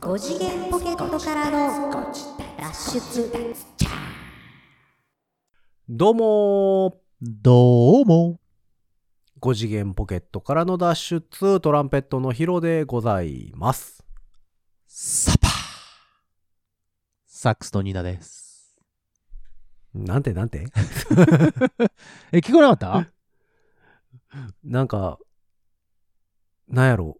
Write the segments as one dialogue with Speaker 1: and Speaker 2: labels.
Speaker 1: 5次元ポケットからの脱出
Speaker 2: どうも
Speaker 3: どうも。
Speaker 2: ー !5 次元ポケットからの脱出、トランペットのヒロでございます。
Speaker 3: サパーサックスのニナです。
Speaker 2: なんてなん て
Speaker 3: え、聞こえなかっ
Speaker 2: なんか、なんやろ。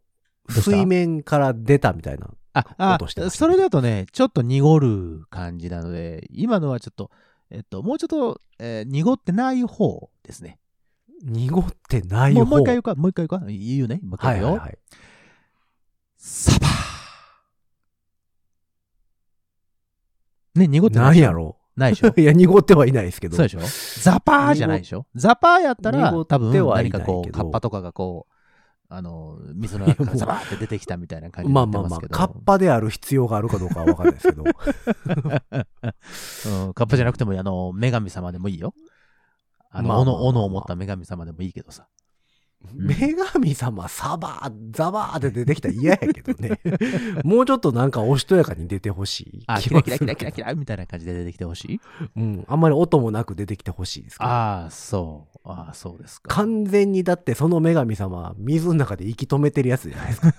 Speaker 3: うした
Speaker 2: 水面から出たみたいな。
Speaker 3: たあ、
Speaker 2: 音してま
Speaker 3: あ、
Speaker 2: した
Speaker 3: それだとね、ちょっと濁る感じなので、今のはちょっと、えっと、もうちょっと、えー濁ってない方ですね。
Speaker 2: 濁ってない
Speaker 3: も
Speaker 2: 方
Speaker 3: うもう一回言うか、もう一回言うか。言うね。もう一
Speaker 2: は
Speaker 3: 回
Speaker 2: い
Speaker 3: 言う
Speaker 2: は
Speaker 3: よ。
Speaker 2: いはい。
Speaker 3: サパーね、濁ってない
Speaker 2: な
Speaker 3: で
Speaker 2: ん
Speaker 3: しょ。
Speaker 2: やろ 。
Speaker 3: ないでしょ
Speaker 2: いや、濁ってはいないですけど。
Speaker 3: そうでしょザパーじゃないでしょザパーやったら
Speaker 2: 濁っ、
Speaker 3: 多
Speaker 2: て
Speaker 3: 分
Speaker 2: はいない
Speaker 3: 何
Speaker 2: けど
Speaker 3: かこう、カッパとかがこう、あの、水の中からザバーって出てきたみたいな感じに
Speaker 2: ま
Speaker 3: な
Speaker 2: あ
Speaker 3: って
Speaker 2: まあ
Speaker 3: ま
Speaker 2: まあ
Speaker 3: すけ、ど。
Speaker 2: カッパである必要があるかどうかはわかんないですけ ど。
Speaker 3: うん、カッパじゃなくても、あの、女神様でもいいよ。あ
Speaker 2: まあ
Speaker 3: の、
Speaker 2: まあまあ
Speaker 3: 斧、斧を持った女神様でもいいけどさ。
Speaker 2: 女神様、サバー、ザバーって出てきたら嫌やけど ね。もうちょっとなんかおしとやかに出てほしい。
Speaker 3: あ、キ
Speaker 2: 気
Speaker 3: ラ
Speaker 2: は
Speaker 3: キラ
Speaker 2: す
Speaker 3: キ
Speaker 2: る
Speaker 3: ラ
Speaker 2: けど
Speaker 3: キラキラみたいな感じで出てきてほしい。
Speaker 2: うん。あんまり音もなく出てきてほしいですけど。
Speaker 3: ああ、そう。ああ、そうですか。
Speaker 2: 完全にだってその女神様、水の中で息止めてるやつじゃないですか。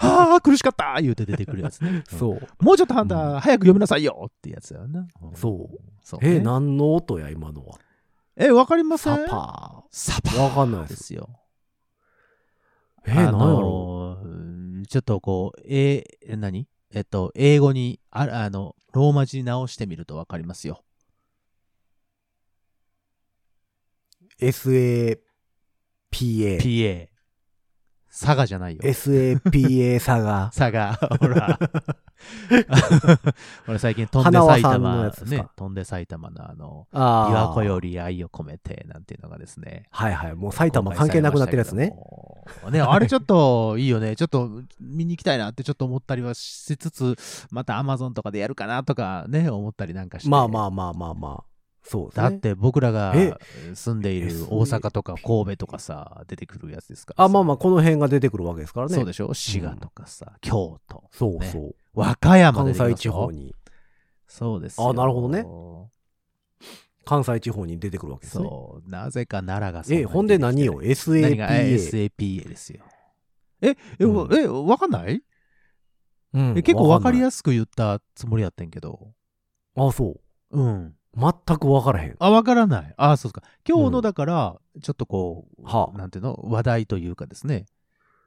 Speaker 3: ああ、苦しかった言うて出てくるやつね。うん
Speaker 2: そう。
Speaker 3: もうちょっとハンター、早く読みなさいよってやつだよな。うん
Speaker 2: そう。
Speaker 3: そうね
Speaker 2: え、何の音や、今のは。
Speaker 3: え、わかりません
Speaker 2: サパ
Speaker 3: サパ
Speaker 2: ー。わかんないで
Speaker 3: で
Speaker 2: す。
Speaker 3: すよ。
Speaker 2: え、
Speaker 3: あ
Speaker 2: 何やろ
Speaker 3: のーうんちょっとこう、えー、何えっと、英語に、ああの、ローマ字に直してみるとわかりますよ。
Speaker 2: ?SAPA。
Speaker 3: PA。サガじゃないよ。
Speaker 2: SAPA 差が。
Speaker 3: サガ、ほら。 俺最近、飛んで
Speaker 2: 花輪
Speaker 3: 埼
Speaker 2: さんのや
Speaker 3: 玉
Speaker 2: つ、ですか
Speaker 3: ね、飛んで埼玉の あの、
Speaker 2: あ
Speaker 3: 琵琶湖より愛を込めて、なんていうのがですね。
Speaker 2: はいはい。もう埼玉関係なくなってるやつね。
Speaker 3: 公開されましたけども。ね、あれちょっといいよね。ちょっと見に行きたいなってちょっと思ったりはしつつ、また Amazon とかでやるかなとかね、思ったりなんかして。
Speaker 2: まあまあまあまあまあ。そうですね。
Speaker 3: だって僕らが
Speaker 2: え
Speaker 3: 住んでいる大阪とか神戸とかさ、出てくるやつですからさ。
Speaker 2: あ、まあまあ、この辺が出てくるわけですからね。
Speaker 3: そうでしょ滋賀とかさ、京都、
Speaker 2: そう
Speaker 3: ね
Speaker 2: そう。
Speaker 3: 和歌山
Speaker 2: 関
Speaker 3: で
Speaker 2: 西地方。に、
Speaker 3: そうです
Speaker 2: あなるほどね
Speaker 3: ね。
Speaker 2: 関西地方に出てくるわけですね。
Speaker 3: そう、なぜか奈良がそんなに
Speaker 2: え、ほんで何よ
Speaker 3: 出てきてない何が
Speaker 2: ?SAPA。
Speaker 3: SAPA ですよ。え、え、
Speaker 2: うん
Speaker 3: え、わかんない
Speaker 2: うん
Speaker 3: え結構わかり
Speaker 2: い。
Speaker 3: やすく言ったつもりやってんけど。
Speaker 2: あ、そう。
Speaker 3: うん。
Speaker 2: 全くわからへん。
Speaker 3: あ、わからない。あ、そうですか。今日
Speaker 2: うん
Speaker 3: のだから、ちょっとこう、
Speaker 2: はあ
Speaker 3: なんていうの話題というかですね。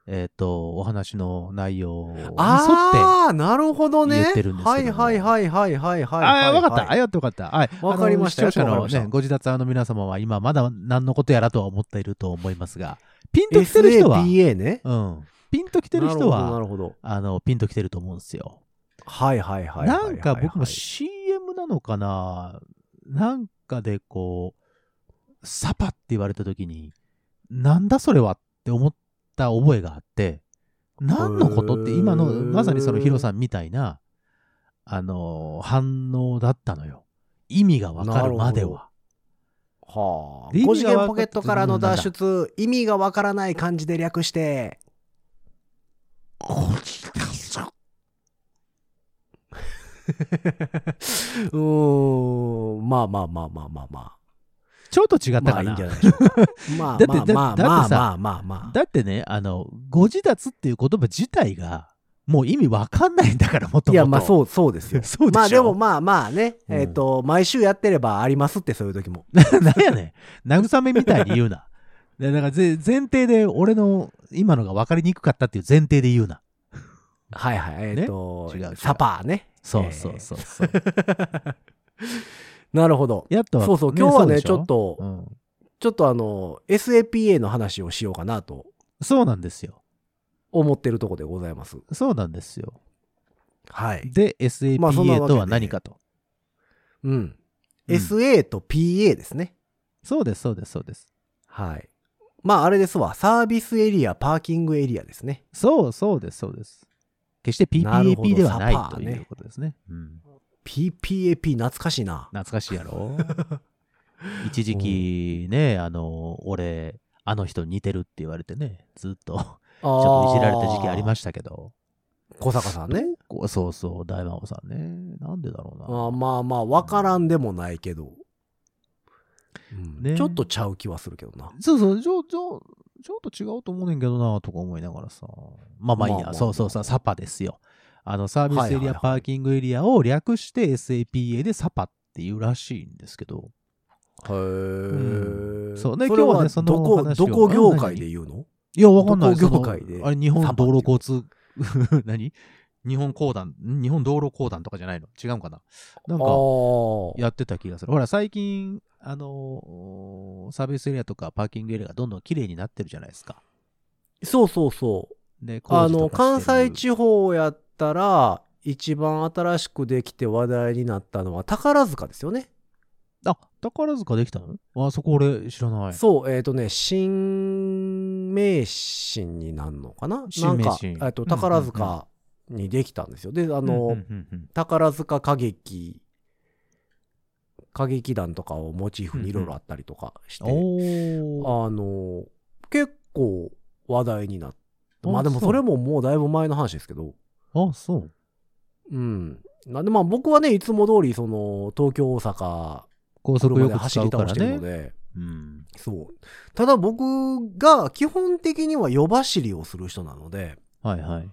Speaker 3: えっ、と、お話の内容に沿って。あ
Speaker 2: ああ、なるほどね。
Speaker 3: 言ってるんですけども
Speaker 2: はいはいはいはいはいはいはい。
Speaker 3: あー、わかった。あ、
Speaker 2: はい
Speaker 3: やってよかった。はい。
Speaker 2: わかりました
Speaker 3: あの視聴
Speaker 2: よ
Speaker 3: 者
Speaker 2: くわかり
Speaker 3: の
Speaker 2: ました
Speaker 3: ね、ご自宅の皆様は今まだ何のことやらとは思っていると思いますが、ピンときてる人は、
Speaker 2: SAPA ね。
Speaker 3: うん。ピンときてる人
Speaker 2: な
Speaker 3: は、
Speaker 2: るほど、なるほど。
Speaker 3: あの、ピンときてると思うんですよ。
Speaker 2: はいはいはいはいはい
Speaker 3: な
Speaker 2: はい。
Speaker 3: んか僕も CM なのかななんかでこう、サパって言われた時に、なんだそれはって思った覚えがあって、何のことって今の、
Speaker 2: へー
Speaker 3: まさにそのヒロさんみたいな、あのー、反応だったのよ。意味がわかるまでは。
Speaker 2: はあ。
Speaker 3: 意味
Speaker 2: 5次
Speaker 3: が
Speaker 2: 元
Speaker 3: わか
Speaker 2: ポケットからの脱出、意味がわからない漢字で略して。 うーん、まあまあまあまあまあまあ。
Speaker 3: ちょっと違った
Speaker 2: まあ
Speaker 3: か
Speaker 2: いいん
Speaker 3: な
Speaker 2: じゃ。ないでしょうか。まあ
Speaker 3: だってだ
Speaker 2: まあ
Speaker 3: だ
Speaker 2: ま
Speaker 3: っ
Speaker 2: あまあま
Speaker 3: てさ
Speaker 2: あまあまあ。
Speaker 3: だってね、あの、ご自立っていう言葉自体が、もう意味わかんないんだから、もともと。。
Speaker 2: いやまあそうそうですよ
Speaker 3: そうでしょ
Speaker 2: まあでもまあまあね、
Speaker 3: うん
Speaker 2: えっ、と、毎週やってればありますってそういう時も。
Speaker 3: なんやねん。慰めみたいに 言うな。でだからぜ前提で、俺の今のが分かりにくかったっていう前提で言うな。
Speaker 2: はいはい。えっ、と、
Speaker 3: ね違う違う
Speaker 2: サパーね。
Speaker 3: そうそうそうそう。
Speaker 2: なるほど。
Speaker 3: やっと
Speaker 2: そうそう、今日はね、ちょっ。
Speaker 3: そ
Speaker 2: と、
Speaker 3: うでしうん
Speaker 2: ちょっとあの、SAPA の話をしようかなと
Speaker 3: そうなんですよ。
Speaker 2: 思ってるとこでございます。
Speaker 3: そうなんですよ。
Speaker 2: はい。
Speaker 3: で、
Speaker 2: まあそんなわけ
Speaker 3: SAPA
Speaker 2: で
Speaker 3: とは何かと。
Speaker 2: うん。
Speaker 3: うん
Speaker 2: SA と PA ですね。
Speaker 3: そうです、そうです、そうです。
Speaker 2: はい。まああれですわ。サービスエリア、パーキングエリアですね。
Speaker 3: そう、そうです、そうです。決して
Speaker 2: なるほど
Speaker 3: PPAP ではない
Speaker 2: サパー
Speaker 3: と
Speaker 2: ね
Speaker 3: いうことですね。うん、
Speaker 2: PPAP 懐かしいな。
Speaker 3: 懐かしいやろ 一時期ね、あの、俺、あの人似てるって言われてね、ずっと、ち
Speaker 2: ちょ
Speaker 3: ょっといじられた時期ありま
Speaker 2: し
Speaker 3: したけど。
Speaker 2: た。小坂さんね。
Speaker 3: こうそうそう、大魔王さんね。なんでだろうな。
Speaker 2: あーまあまあ、わからんでもないけど、うん
Speaker 3: ね
Speaker 2: ちょっとちゃう気はするけどな。
Speaker 3: そうそう、ちょ、ちょ、ちょっと違うと思うねんけどな、とか思いながらさ。まあまあいいや、
Speaker 2: まあまあ
Speaker 3: そうそうそう、サパですよ。あの、サービスエ
Speaker 2: はい
Speaker 3: リ
Speaker 2: はい
Speaker 3: ア、
Speaker 2: はい
Speaker 3: パーキングエリアを略して SAPA でサパっていうらしいんですけど、
Speaker 2: へ
Speaker 3: う
Speaker 2: え。
Speaker 3: そうね
Speaker 2: それ
Speaker 3: 今日はね
Speaker 2: は
Speaker 3: その
Speaker 2: どこ、
Speaker 3: 話
Speaker 2: ど
Speaker 3: を
Speaker 2: こ業界で言うの
Speaker 3: いや、わかんない。
Speaker 2: どこ業界で
Speaker 3: そのあれ、日本
Speaker 2: サパってい
Speaker 3: 道
Speaker 2: う
Speaker 3: 路交通、 何日本公団、ん日本道路公団とかじゃないの違うかななん
Speaker 2: あ
Speaker 3: か、
Speaker 2: あ。
Speaker 3: やってた気がする。ほら、最近、あのーサービスエリアとかパーキングエリアがどんどん綺麗になってるじゃないですか。
Speaker 2: そうそうそう。
Speaker 3: で、工
Speaker 2: あ
Speaker 3: 事と
Speaker 2: の、
Speaker 3: かしてる
Speaker 2: 関西地方やったら、一番新しくできて話題になったのは宝塚ですよね。
Speaker 3: あ、宝塚できたのあ、そこ俺知らない。
Speaker 2: そう、えっ、とね、新名神になるのかな
Speaker 3: 新名神
Speaker 2: なんか、えっと、
Speaker 3: うんうんうん
Speaker 2: 宝塚にできたんですよ。で、あ
Speaker 3: あ
Speaker 2: の、宝塚歌劇、歌劇団とかをモチーフにいろいろあったりとかして、
Speaker 3: おー
Speaker 2: あの、結構話題になって、
Speaker 3: あ
Speaker 2: まあでも
Speaker 3: そう
Speaker 2: それももうだいぶ前の話ですけど、
Speaker 3: あ、そう。
Speaker 2: うん。なんでまあ僕はね、いつも通り、その、東京、大阪、
Speaker 3: 高速よ
Speaker 2: 車で
Speaker 3: く
Speaker 2: 走
Speaker 3: 使
Speaker 2: り
Speaker 3: うか
Speaker 2: 倒し
Speaker 3: ら
Speaker 2: てるの
Speaker 3: ね。
Speaker 2: で、
Speaker 3: うん。
Speaker 2: そう。ただ僕が基本的には夜走りをする人なので、
Speaker 3: はいはい。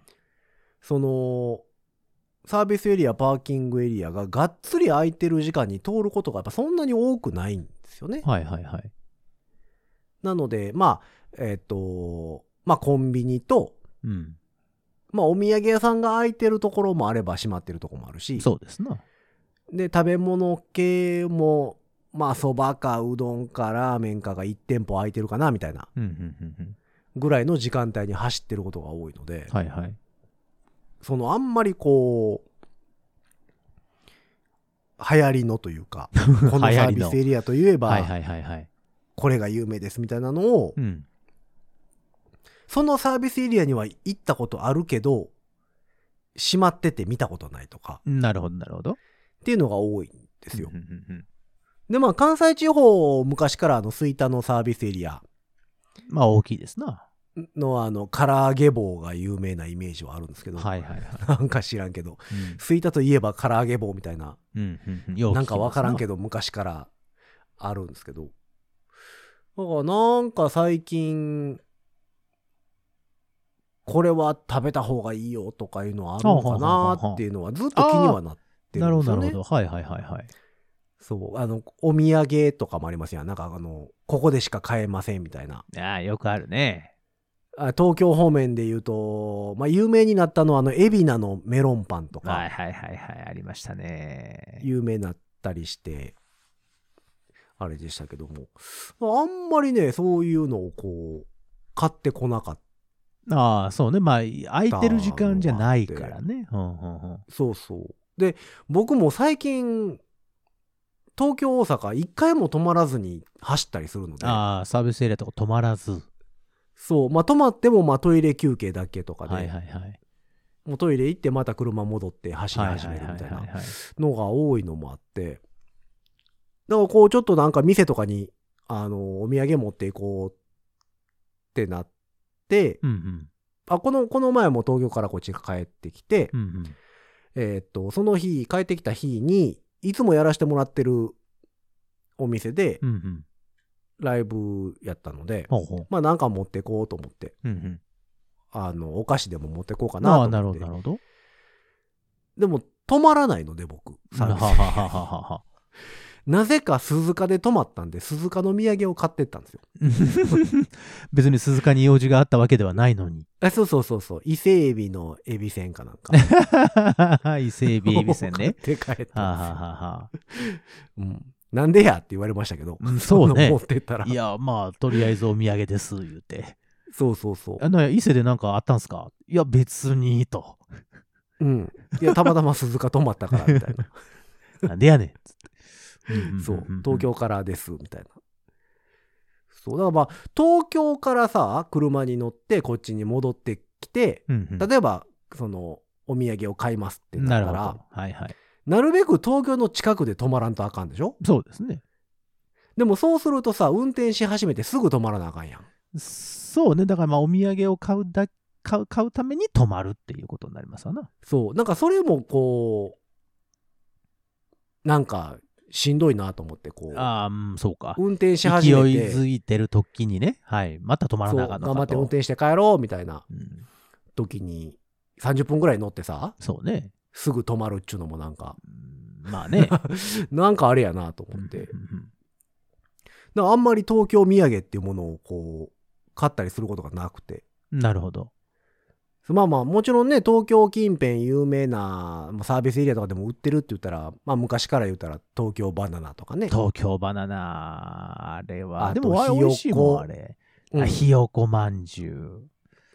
Speaker 2: その、サービスエリア、パーキングエリアががっつり空いてる時間に通ることがやっぱそんなに多くないんですよね。
Speaker 3: はいはいはい。
Speaker 2: なので、まあ、えっ、と、まあコンビニと、
Speaker 3: うん。
Speaker 2: まあお土産屋さんが空いてるところもあれば閉まってるところもあるし、
Speaker 3: そうですな。
Speaker 2: で食べ物系もまあそばかうどんかラーメンかが1店舗空いてるかなみたいな
Speaker 3: うんうんうんうん。
Speaker 2: ぐらいの時間帯に走ってることが多いので、
Speaker 3: はいはい。
Speaker 2: そのあんまりこう流行りのという かこのサービスエリアといえ
Speaker 3: はいは
Speaker 2: ば
Speaker 3: いはいはい。
Speaker 2: これが有名ですみたいなのを
Speaker 3: うん。
Speaker 2: そのサービスエリアには行ったことあるけど閉まってて見たことないとか
Speaker 3: なるほどなるほど。
Speaker 2: っていうのが多いんですよ
Speaker 3: うん。うんうんうん
Speaker 2: でまあ関西地方昔からあの吹田のサービスエリア
Speaker 3: まあ大きいですな。
Speaker 2: のあの唐揚げ棒が有名なイメージはあるんですけど、
Speaker 3: はいはいはい。
Speaker 2: なんか知らんけど吹田といえば唐揚げ棒みたいな
Speaker 3: うんうんうんうん。
Speaker 2: なんかわからんけ
Speaker 3: ど。
Speaker 2: ど昔からあるんですけどだからなんか最近これは食べた方がいいよとかいうのはあるのかなっていうのはずっと気にはなって
Speaker 3: な
Speaker 2: る
Speaker 3: る
Speaker 2: んです
Speaker 3: ほ
Speaker 2: よ
Speaker 3: どなる
Speaker 2: ね
Speaker 3: ほ。ど。はいはいはいはい。
Speaker 2: そうあのお土産とかもありますやんなんかあのここでしか買えませんみたいな
Speaker 3: ああ、よくあるね。
Speaker 2: あ東京方面で言うと、まあ、有名になったのはあの海老名のメロンパンと
Speaker 3: はい
Speaker 2: か
Speaker 3: はいはいはい。ありましたね。
Speaker 2: 有名になったりしてあれでしたけどもあんまりねそういうのをこう買ってこなかった
Speaker 3: ああ、そうね。まあ、空いてる時間じゃないからね。うんうんうん。
Speaker 2: そうそうで僕も最近東京大阪一回も止まらずに走ったりするので
Speaker 3: ああ、サービスエリアとか止まらず。
Speaker 2: そうまあ止まってもまあトイレ休憩だけとかで、
Speaker 3: はいはいはい。
Speaker 2: もうトイレ行ってまた車戻って走り
Speaker 3: はい
Speaker 2: 始
Speaker 3: は
Speaker 2: め
Speaker 3: い
Speaker 2: る
Speaker 3: は
Speaker 2: み
Speaker 3: い
Speaker 2: たい
Speaker 3: は
Speaker 2: ない
Speaker 3: はい。
Speaker 2: のが多いのもあって、だからこうちょっとなんか店とかに、あの、お土産持っていこうってなって、
Speaker 3: うんうん。
Speaker 2: あ、この、この前も東京からこっちに帰ってきて
Speaker 3: う、んうん。
Speaker 2: えーっと、その日、帰ってきた日に、いつもやらせてもらってるお店で
Speaker 3: うんうん。
Speaker 2: ライブやったので、
Speaker 3: ほうほう。
Speaker 2: まあなんか持ってこうと思って、
Speaker 3: うんうん。
Speaker 2: あの、お菓子でも持ってこうかな
Speaker 3: ああ、
Speaker 2: と
Speaker 3: なる
Speaker 2: 思って
Speaker 3: ほど、。なるほど。
Speaker 2: でも、止まらないので僕、サ
Speaker 3: は
Speaker 2: ー
Speaker 3: は
Speaker 2: ビス
Speaker 3: はははは は。
Speaker 2: なぜか鈴鹿で泊まったんで、鈴鹿の土産を買ってったんですよ。
Speaker 3: 別に鈴鹿に用事があったわけではないのに。
Speaker 2: あそうそうそうそう伊勢海老のエビせんかなんか。
Speaker 3: 伊勢海老 エビせんね
Speaker 2: 買って帰った
Speaker 3: はあ、は
Speaker 2: んですよ
Speaker 3: あは
Speaker 2: うんなんでやって言われましたけど
Speaker 3: あはあ、そう
Speaker 2: あの
Speaker 3: ね
Speaker 2: 持っ。てったら
Speaker 3: いや、まあ、とりあえずお土産です、言うて。
Speaker 2: そうそうそ
Speaker 3: あの、伊勢でなんかあったんすかいや、別に、と。
Speaker 2: ううんいやたまたま鈴鹿泊まったからみたいな
Speaker 3: なんでやねん、つっ て。
Speaker 2: そう東京からですみたいなそうだからまあ東京からさ車に乗ってこっちに戻ってきて
Speaker 3: うんうん。
Speaker 2: 例えばそのお土産を買いますってなっ
Speaker 3: なる
Speaker 2: た
Speaker 3: ほど。
Speaker 2: ら
Speaker 3: はいはい。
Speaker 2: なるべく東京の近くで泊まらんとあかんでしょ
Speaker 3: そうですね。
Speaker 2: でもそうするとさ運転し始めてすぐ泊まらなあかんやん
Speaker 3: そうね。だからまあお土産を買うだ買う、買うために泊まるっていうことになりますわな。
Speaker 2: そう。なんかそれもこう、なんかしんどいなと思って、こう、
Speaker 3: ああ、うんそうか。
Speaker 2: 運転し
Speaker 3: 勢い
Speaker 2: 始めて、
Speaker 3: づいてる時にね、はい。また泊まら
Speaker 2: そう
Speaker 3: なあか
Speaker 2: 頑
Speaker 3: んのかと。
Speaker 2: 張って運転して帰ろうみたいな
Speaker 3: うん
Speaker 2: 時に、30分ぐらい乗ってさ、
Speaker 3: そうね。
Speaker 2: すぐ止まるっちゅうのもなんか、
Speaker 3: うんま あね。
Speaker 2: なんかあれやなと
Speaker 3: う
Speaker 2: 思
Speaker 3: ん
Speaker 2: って。だか
Speaker 3: うんうん
Speaker 2: らあんまり東京土産っていうものをこう、買ったりすることがなくて。
Speaker 3: なるほど。
Speaker 2: まあまあ、もちろんね、東京近辺有名なまあサービスエリアとかでも売ってるって言ったら、まあ昔から言ったら東京バナナとかね。
Speaker 3: 東京バナナ、あれは。
Speaker 2: あ
Speaker 3: で
Speaker 2: と
Speaker 3: も、あれ美味しいもん、あ
Speaker 2: ひ
Speaker 3: れ。
Speaker 2: うん
Speaker 3: あひよこまんじゅう。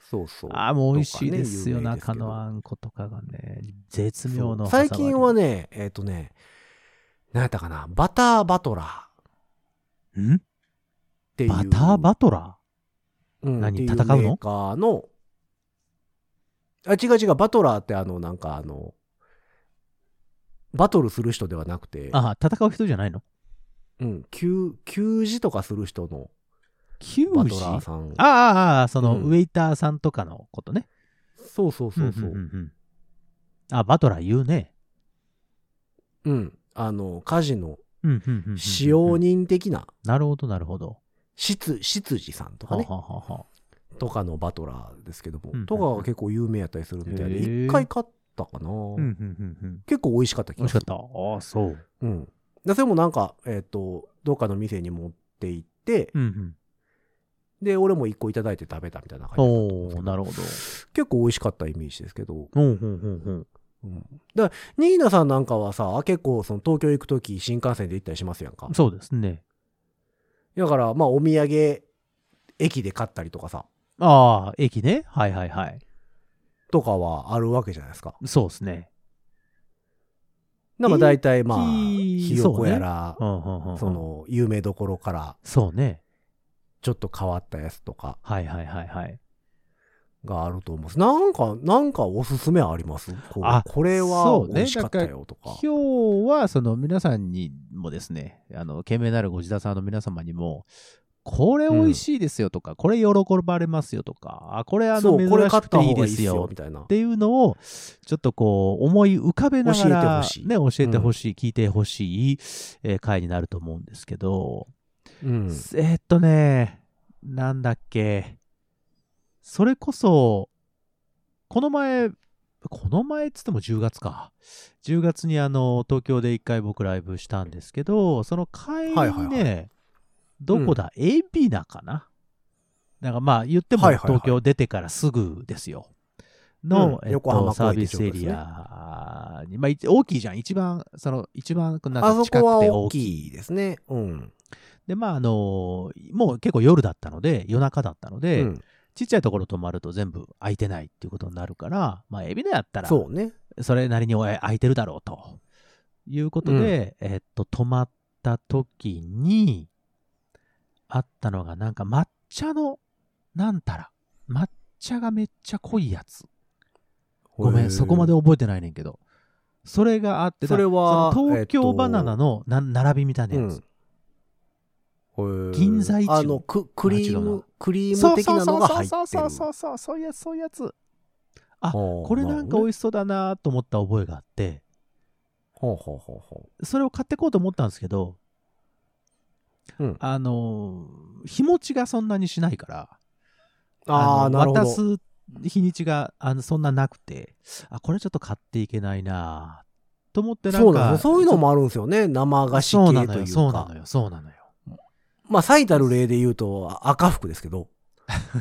Speaker 2: そうそう。
Speaker 3: ああ、もう美味しいですよ、
Speaker 2: とかね
Speaker 3: 中のあんことかがね。絶妙の。
Speaker 2: 最近は。ね、えっ、とね、何やったかな、バターバトラーっ
Speaker 3: ん
Speaker 2: ていう。
Speaker 3: バターバトラ
Speaker 2: うんって
Speaker 3: 何
Speaker 2: い
Speaker 3: 戦うの
Speaker 2: メーカーの、あ、違う違う、バトラーってあの、なんかあの、バトルする人ではなくて
Speaker 3: ー、ああ、戦う人じゃないの
Speaker 2: うん、給、給仕とかする人の
Speaker 3: 球児
Speaker 2: バトラーさん。
Speaker 3: ああああ、その、
Speaker 2: うん
Speaker 3: ウェイターさんとかのことね。
Speaker 2: そうそうそうそう。
Speaker 3: んんんあ、バトラー言うね。
Speaker 2: うん。あの、家事の
Speaker 3: うんうんうんうんうん
Speaker 2: 使用。人的な、
Speaker 3: なるほど、なるほど。
Speaker 2: 執執事さんとかね
Speaker 3: は、ははは
Speaker 2: とかのバトラーですけども、
Speaker 3: うん
Speaker 2: とかが結構有名やったりするみたいで、
Speaker 3: へー
Speaker 2: 一回買ったかな、
Speaker 3: うんうんうんうん。
Speaker 2: 結構美味しかった気
Speaker 3: 美味
Speaker 2: が
Speaker 3: し
Speaker 2: す
Speaker 3: か
Speaker 2: る。
Speaker 3: った。ああ、そう。
Speaker 2: うん。で、それもなんか、えっ、と、どっかの店に持って行って、
Speaker 3: うんうん。
Speaker 2: で、俺も一個いただいて食べたみたいな感じだったと思うんで
Speaker 3: お
Speaker 2: す
Speaker 3: お
Speaker 2: け
Speaker 3: な
Speaker 2: ど。
Speaker 3: るほど。
Speaker 2: 結構美味しかったイメージですけど。
Speaker 3: うんうんうんうん。
Speaker 2: うん。だから、ニーナさんなんかはさ、結構その東京行くとき新幹線で行ったりしますやんか。
Speaker 3: そうですね。
Speaker 2: だから、まあお土産、駅で買ったりとかさ、
Speaker 3: ああ、駅ね。はいはいはい。
Speaker 2: とかはあるわけじゃないですか。
Speaker 3: そうですね。
Speaker 2: なんか大体まあ、
Speaker 3: 駅
Speaker 2: ひよこやら、
Speaker 3: うんうんうんうん。
Speaker 2: そ、の、有名どころから、
Speaker 3: そうね。
Speaker 2: ちょっと変わったやつとか
Speaker 3: はいはいはいはい。
Speaker 2: があると思うんです。なんか、なんかおすすめありますこう
Speaker 3: あ
Speaker 2: これは
Speaker 3: そうね
Speaker 2: 美味しかったよとか。
Speaker 3: 今日はその皆さんにもですね、あの、懸命なるご自宅さんの皆様にも、これ美味しいですよとか、これ喜ばれますよとか、あ、これあ
Speaker 2: そ
Speaker 3: の
Speaker 2: う、
Speaker 3: 珍
Speaker 2: これ買っ
Speaker 3: したくてい
Speaker 2: 方
Speaker 3: い
Speaker 2: がい
Speaker 3: で
Speaker 2: いっす
Speaker 3: す
Speaker 2: よ
Speaker 3: よ、
Speaker 2: みたいな
Speaker 3: っ。ていうのを、ちょっとこう、思い浮かべな
Speaker 2: 教
Speaker 3: がら、
Speaker 2: えてほしい
Speaker 3: ね、教えてほしい、聞いてほしい、えー回になると思うんですけど、
Speaker 2: うん。
Speaker 3: えーっとね、なんだっけ、それこそ、この前、この前っつっても10月か。10月にあの、東京で一回僕ライブしたんですけど、その会にね、
Speaker 2: はいはい
Speaker 3: どこだ、海老名かななんかまあ言っても
Speaker 2: はいはいはい
Speaker 3: 東京出てからすぐですよ。
Speaker 2: うん
Speaker 3: の、えっと
Speaker 2: 横浜公園
Speaker 3: サービスエリアに、まあい大きいじゃん。一番、その、一番な
Speaker 2: あ
Speaker 3: んか
Speaker 2: そ
Speaker 3: 近
Speaker 2: こは
Speaker 3: くて
Speaker 2: 大
Speaker 3: 大きい
Speaker 2: きいですね。うん。
Speaker 3: で、まあ、あのもう結構夜だったので、夜中だったの
Speaker 2: う
Speaker 3: で、
Speaker 2: ん
Speaker 3: ちっちゃいところ泊まると全部空いてないっていうことになるから、まあ、エビナやったら、
Speaker 2: そうね。
Speaker 3: それなりにお空いてるだろうと。いうことで、えっと、泊まった時に、あったのが、なんか抹茶の、なんたら、抹茶がめっちゃ濃いやつ。ごめ
Speaker 2: へ
Speaker 3: ん、
Speaker 2: ー
Speaker 3: そこまで。覚えてないねんけど。それがあって、
Speaker 2: それは
Speaker 3: その東
Speaker 2: えっ
Speaker 3: 京
Speaker 2: と
Speaker 3: バナナのな、並びみたいな
Speaker 2: う
Speaker 3: や
Speaker 2: ん
Speaker 3: つ。。
Speaker 2: へー
Speaker 3: 銀座市場
Speaker 2: あの、ククリー
Speaker 3: 間違う
Speaker 2: ム
Speaker 3: な、
Speaker 2: クリーム的なのが入ってる。
Speaker 3: そうそうそうそうそうそういうやつそういうやつあこ
Speaker 2: こ
Speaker 3: れなんか美
Speaker 2: い
Speaker 3: 味しそうだなと思った覚えがあって
Speaker 2: ほうほうほうほ
Speaker 3: それを買ってこうと思ったんですけど、
Speaker 2: うん
Speaker 3: あのー日持ちがそんなにしないから
Speaker 2: う。ああ、
Speaker 3: の
Speaker 2: なるほど。
Speaker 3: 渡す日にちがあのそんななくてあこれちょっと買っていけないなと思ってなんか
Speaker 2: そうなんですよそういうのもあるんですよね。生菓子
Speaker 3: そうな
Speaker 2: 系と
Speaker 3: の
Speaker 2: い
Speaker 3: よ
Speaker 2: うか。
Speaker 3: そうなのよそうなのよ
Speaker 2: まあ、最たる例で言うと、赤服ですけど。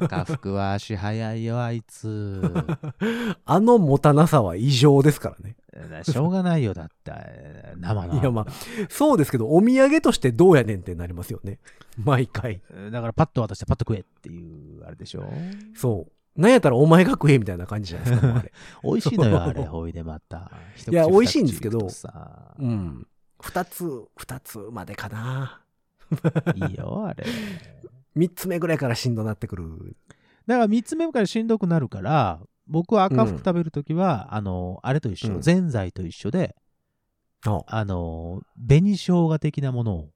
Speaker 3: 赤服は足早いよあいつ
Speaker 2: あの持たなさは異常ですからね。
Speaker 3: しょうがないよだって生の
Speaker 2: いやまあそうですけど、お土産としてどうやねんってなりますよね。毎回。
Speaker 3: だからパッと渡してパッと食えっていうあれでしょ
Speaker 2: そう。なんやったらお前が食えみたいな感じじゃないですか、もうあ れ。
Speaker 3: 美味しいのよ
Speaker 2: そう
Speaker 3: あれおいで また
Speaker 2: いや
Speaker 3: 一口
Speaker 2: 美味しいんですけど
Speaker 3: 二 口さ
Speaker 2: うん。二つ、二つまでかな。
Speaker 3: いいよあれ
Speaker 2: 三つ目ぐらいからしんどなってくる。
Speaker 3: だから3つ目からしんどくなるから僕は赤
Speaker 2: うん
Speaker 3: 服食べるときは、あのあれと一緒、
Speaker 2: うん
Speaker 3: ぜんざいと一緒で
Speaker 2: あ
Speaker 3: あの紅生姜的なものを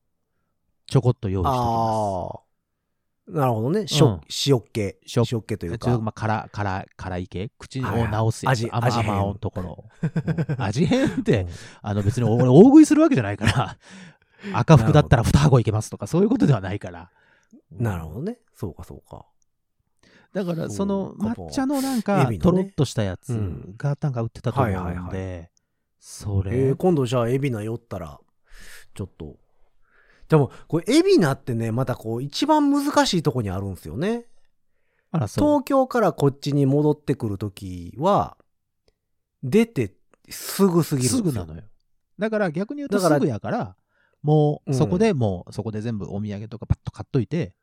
Speaker 3: ちょこっと用意しておきま
Speaker 2: あ
Speaker 3: す
Speaker 2: ー。なるほどね。しょ
Speaker 3: うん
Speaker 2: 塩っ気。
Speaker 3: しょ
Speaker 2: 塩っ気という
Speaker 3: ちょっ
Speaker 2: か。
Speaker 3: とまあ辛辛辛い系口
Speaker 2: はい
Speaker 3: を
Speaker 2: はい
Speaker 3: 直すやつ、
Speaker 2: 味
Speaker 3: 甘
Speaker 2: 味変
Speaker 3: 々のと ころ、うん味変っ
Speaker 2: う
Speaker 3: て
Speaker 2: ん
Speaker 3: あの別に俺大食いするわけじゃな いから赤服だったら二箱いけますとかそういうことではないから
Speaker 2: なるほどね。そうか、そうか。
Speaker 3: だからそ
Speaker 2: そ
Speaker 3: の
Speaker 2: うか
Speaker 3: 抹茶のなんか
Speaker 2: エビのね
Speaker 3: とろっとしたやつ
Speaker 2: うん
Speaker 3: がなんか売ってたと思うんで、
Speaker 2: はいはい
Speaker 3: それ、
Speaker 2: えー今度じゃあ、海老名寄ったら、ちょっと。でも、これ、海老名ってね、またこう、一番難しいとこにあるんですよね。
Speaker 3: あらそう
Speaker 2: 東京からこっちに戻ってくるときは、出てすぐすぎるんです
Speaker 3: す
Speaker 2: よ。
Speaker 3: ぐなのよだから逆に言うと
Speaker 2: だから
Speaker 3: すぐやからもう
Speaker 2: うん
Speaker 3: そこでもうそこで全部お土産とかパッと買っといて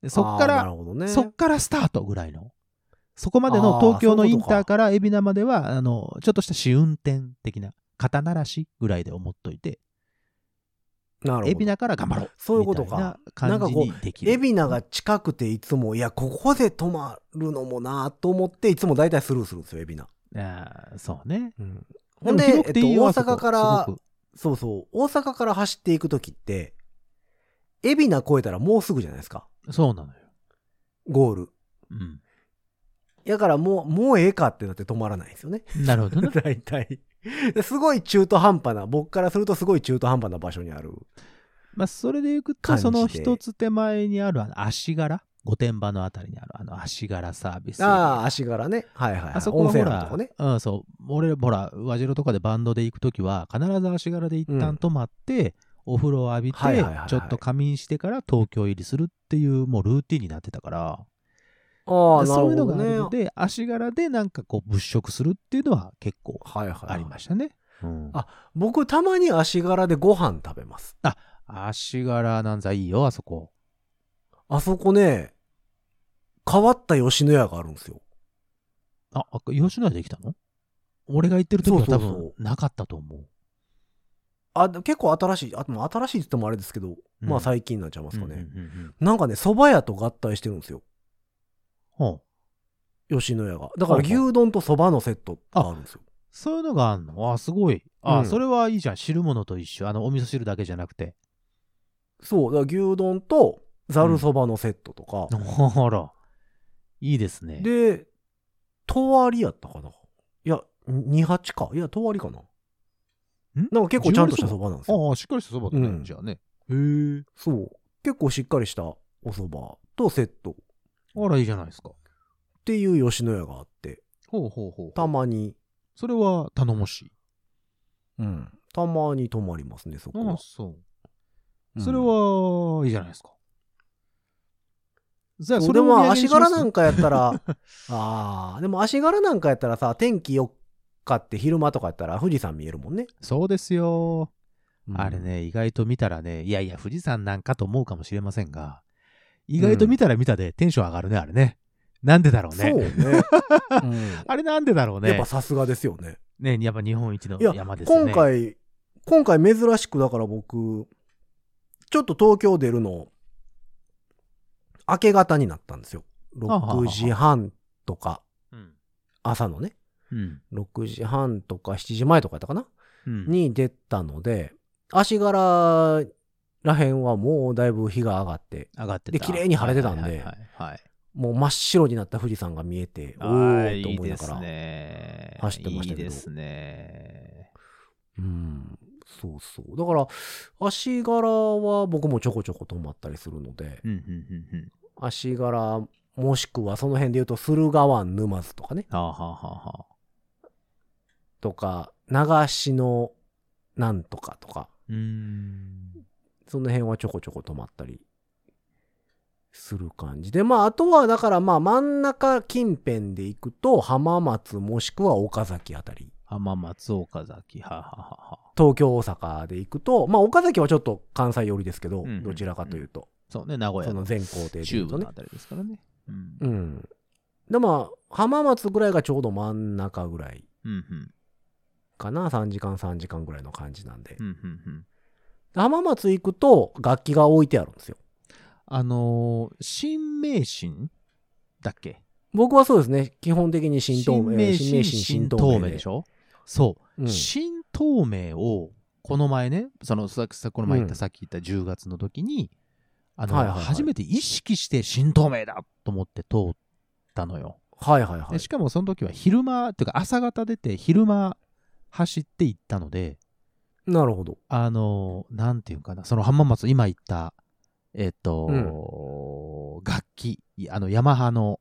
Speaker 3: でそっか
Speaker 2: あーな
Speaker 3: ら
Speaker 2: るほどね。
Speaker 3: そっからスタートぐらいの。そこまで
Speaker 2: あ
Speaker 3: の
Speaker 2: ー
Speaker 3: 東京の
Speaker 2: そうい
Speaker 3: イ
Speaker 2: うこ
Speaker 3: ン
Speaker 2: とか
Speaker 3: ターから海老名までは、あの、ちょっとした試運転的な、肩慣らしぐらいで思っといて、
Speaker 2: なるほ
Speaker 3: 海老
Speaker 2: ど。
Speaker 3: 名から頑張ろう。
Speaker 2: そういうことか
Speaker 3: みたいな感じにできる。
Speaker 2: 海老名が近くていつも、いや、ここで泊まるのもなと思って、いつも大体スルーするんですよ、海老
Speaker 3: あーそうね。
Speaker 2: 名。うん
Speaker 3: で
Speaker 2: ほん
Speaker 3: も
Speaker 2: で、
Speaker 3: 広くていいよ
Speaker 2: えっ
Speaker 3: あ
Speaker 2: と、
Speaker 3: そ
Speaker 2: 大
Speaker 3: こ
Speaker 2: 阪から
Speaker 3: すごく
Speaker 2: そうそう、大阪から走っていくときって、海老名越えたらもうすぐじゃないですか、
Speaker 3: そうなのよ。
Speaker 2: ゴール。
Speaker 3: う
Speaker 2: やからもう、もうええかってなって止まらないんです よね。
Speaker 3: ん。 なるほどね。
Speaker 2: 大体。ですごい中途半端な、僕からするとすごい中途半端な場所にある。
Speaker 3: まあ、それでいくと、
Speaker 2: 感じで
Speaker 3: その一つ手前にある、あの、足柄御殿場のあたりにある、あの、足柄サービス。
Speaker 2: ああ、足柄ね。はいはい、はい。
Speaker 3: あそこはほ
Speaker 2: 温泉ある
Speaker 3: ら
Speaker 2: と、こね。
Speaker 3: うん、そう。俺、ほら、和白とかでバンドで行くときは、必ず足柄で一
Speaker 2: うん
Speaker 3: 旦泊まって、お風呂を浴びて
Speaker 2: はいはいはいはい、
Speaker 3: ちょっと仮眠してから東京入りするっていう、もうルーティンになってたから、
Speaker 2: ああ、な
Speaker 3: そうい
Speaker 2: る
Speaker 3: うの
Speaker 2: ほど
Speaker 3: があるの
Speaker 2: ね。
Speaker 3: で、足柄でなんかこう物色するっていうのは結構
Speaker 2: はいはい。
Speaker 3: ありましたね。うん
Speaker 2: あ僕、たまに足柄でご飯食べます。
Speaker 3: 足柄なんざいいよ、あそこ。
Speaker 2: あそこね、変わった吉野家があるんですよ。
Speaker 3: あ、あ吉野家できたの俺が行ってる時は多
Speaker 2: そうそう
Speaker 3: 分なかったと思う。
Speaker 2: あ、でも結構新しい、あ、でも新しいって言ってもあれですけど、まあ最近になっちゃいますかね。
Speaker 3: うんうんうんうん
Speaker 2: なんかね、蕎麦屋と合体してるんですよ。
Speaker 3: ほう
Speaker 2: 吉野家が。だから
Speaker 3: ほうほう
Speaker 2: 牛丼と蕎麦のセットがあるんですよ。
Speaker 3: そういうのがあんのあ、すごい。あ、
Speaker 2: うん
Speaker 3: それはいいじゃん。汁物と一緒。あの、お味噌汁だけじゃなく て。
Speaker 2: そう、だから牛丼とざる蕎麦のセットとか。
Speaker 3: あら。いいですね。
Speaker 2: で、とわりやったかな。いや、28か。いや、とわりかな。なんか結構ちゃんとした蕎
Speaker 3: そ
Speaker 2: 麦なんですよ。
Speaker 3: ば。ああ、しっかりしたそばだ
Speaker 2: うん
Speaker 3: ね。じゃあね。へえ。
Speaker 2: そう。結構しっかりしたお蕎麦とセットっ
Speaker 3: あら、いいじゃないですか。
Speaker 2: ていう吉野家があって、
Speaker 3: ほうほうほう。
Speaker 2: たまに、
Speaker 3: それは頼もしい。
Speaker 2: うん。たまに泊まりますね、そこ
Speaker 3: ああ、
Speaker 2: は。
Speaker 3: そうう。
Speaker 2: ん
Speaker 3: それ、は、いいじゃないですか。じゃ
Speaker 2: そうでも足柄なん
Speaker 3: か。
Speaker 2: かやった ら、ああ、でも足柄なんかやったらさ、天気よかって昼間とかやったら富士山見えるもんね。
Speaker 3: そうですよ。
Speaker 2: うん
Speaker 3: あれ。ね、意外と見たらね、いやいや、富士山なんかと思うかもしれませんが、意外と見たら見たでテンション上がるね、あれね。なんでだろう
Speaker 2: そう
Speaker 3: ね。
Speaker 2: ね。うん
Speaker 3: あれなんでだろう
Speaker 2: やっ
Speaker 3: ね
Speaker 2: ぱ。さすがですよね。
Speaker 3: ね、やっぱ日本一の
Speaker 2: いや、
Speaker 3: 山ですよね。
Speaker 2: 今。回、今回珍しくだから僕、ちょっと東京出るの、明け方になったんですよ。
Speaker 3: ははは
Speaker 2: 6時半とか、
Speaker 3: うん。
Speaker 2: 朝のね、
Speaker 3: うん。
Speaker 2: 6時半とか7時前とかやったかな
Speaker 3: うん、
Speaker 2: に出たので、足柄らへんはもうだいぶ日が上がって、
Speaker 3: 上がって
Speaker 2: で
Speaker 3: た。
Speaker 2: 綺麗に晴れてたんで
Speaker 3: はいはいはいはい。
Speaker 2: もう真っ白になった富士山が見えて、お
Speaker 3: は
Speaker 2: ー
Speaker 3: い
Speaker 2: っと
Speaker 3: いい
Speaker 2: 思い
Speaker 3: で
Speaker 2: なが
Speaker 3: す
Speaker 2: ら。
Speaker 3: ね。
Speaker 2: 走ってましたけど
Speaker 3: いいですね。
Speaker 2: うん、そうそう。だから、足柄は僕もちょこちょこ泊まったりするので
Speaker 3: う、ん、うん、うん、うん。
Speaker 2: 足柄、もしくはその辺で言うと、駿河湾沼津とかね、
Speaker 3: はあ、はあはあはあ、
Speaker 2: とか、長篠なんとかとか、
Speaker 3: うーん。
Speaker 2: その辺はちょこちょこ泊まったりする感じで、まあ、あとはだからまあ、真ん中近辺で行くと、浜松もしくは岡崎あたり。
Speaker 3: 浜松岡崎。はあ、はあはあはあ。
Speaker 2: 東京、大阪で行くと、まあ、岡崎はちょっと関西寄りですけど、
Speaker 3: うんうん
Speaker 2: どちらかというと、
Speaker 3: そうね、名古屋
Speaker 2: その
Speaker 3: の
Speaker 2: 全行程で
Speaker 3: 中
Speaker 2: 言う
Speaker 3: 部
Speaker 2: とね
Speaker 3: のあ。たりですからね。うん。
Speaker 2: う
Speaker 3: うん
Speaker 2: ん。で、まあ、浜松ぐらいがちょうど真ん中ぐらい
Speaker 3: うん
Speaker 2: かな。3時間、3時間ぐらいの感じなんで。
Speaker 3: うんうんうん
Speaker 2: 浜松行くと楽器が置いてあるんですよ。
Speaker 3: あのー、新名神だっけ
Speaker 2: 僕はそうですね。基本的に新東名、えー新名神、新
Speaker 3: 新
Speaker 2: 東
Speaker 3: 東
Speaker 2: 名
Speaker 3: 名
Speaker 2: で
Speaker 3: でしょそうう。
Speaker 2: ん
Speaker 3: 新東名を、この前ね、その、さっきさこの前言っ
Speaker 2: う
Speaker 3: た、
Speaker 2: ん
Speaker 3: さっき言った10月の時に、あの、
Speaker 2: はいはいはい
Speaker 3: 初めて意識して新東名だと思って通ったのよ。
Speaker 2: はいはいは
Speaker 3: で
Speaker 2: い
Speaker 3: し。かもその時は昼間、というか朝方出て昼間走って行ったので、
Speaker 2: なるほど。
Speaker 3: あの、なんていうかな、その浜松、今言った、えっと、楽器、あの、ヤマハの、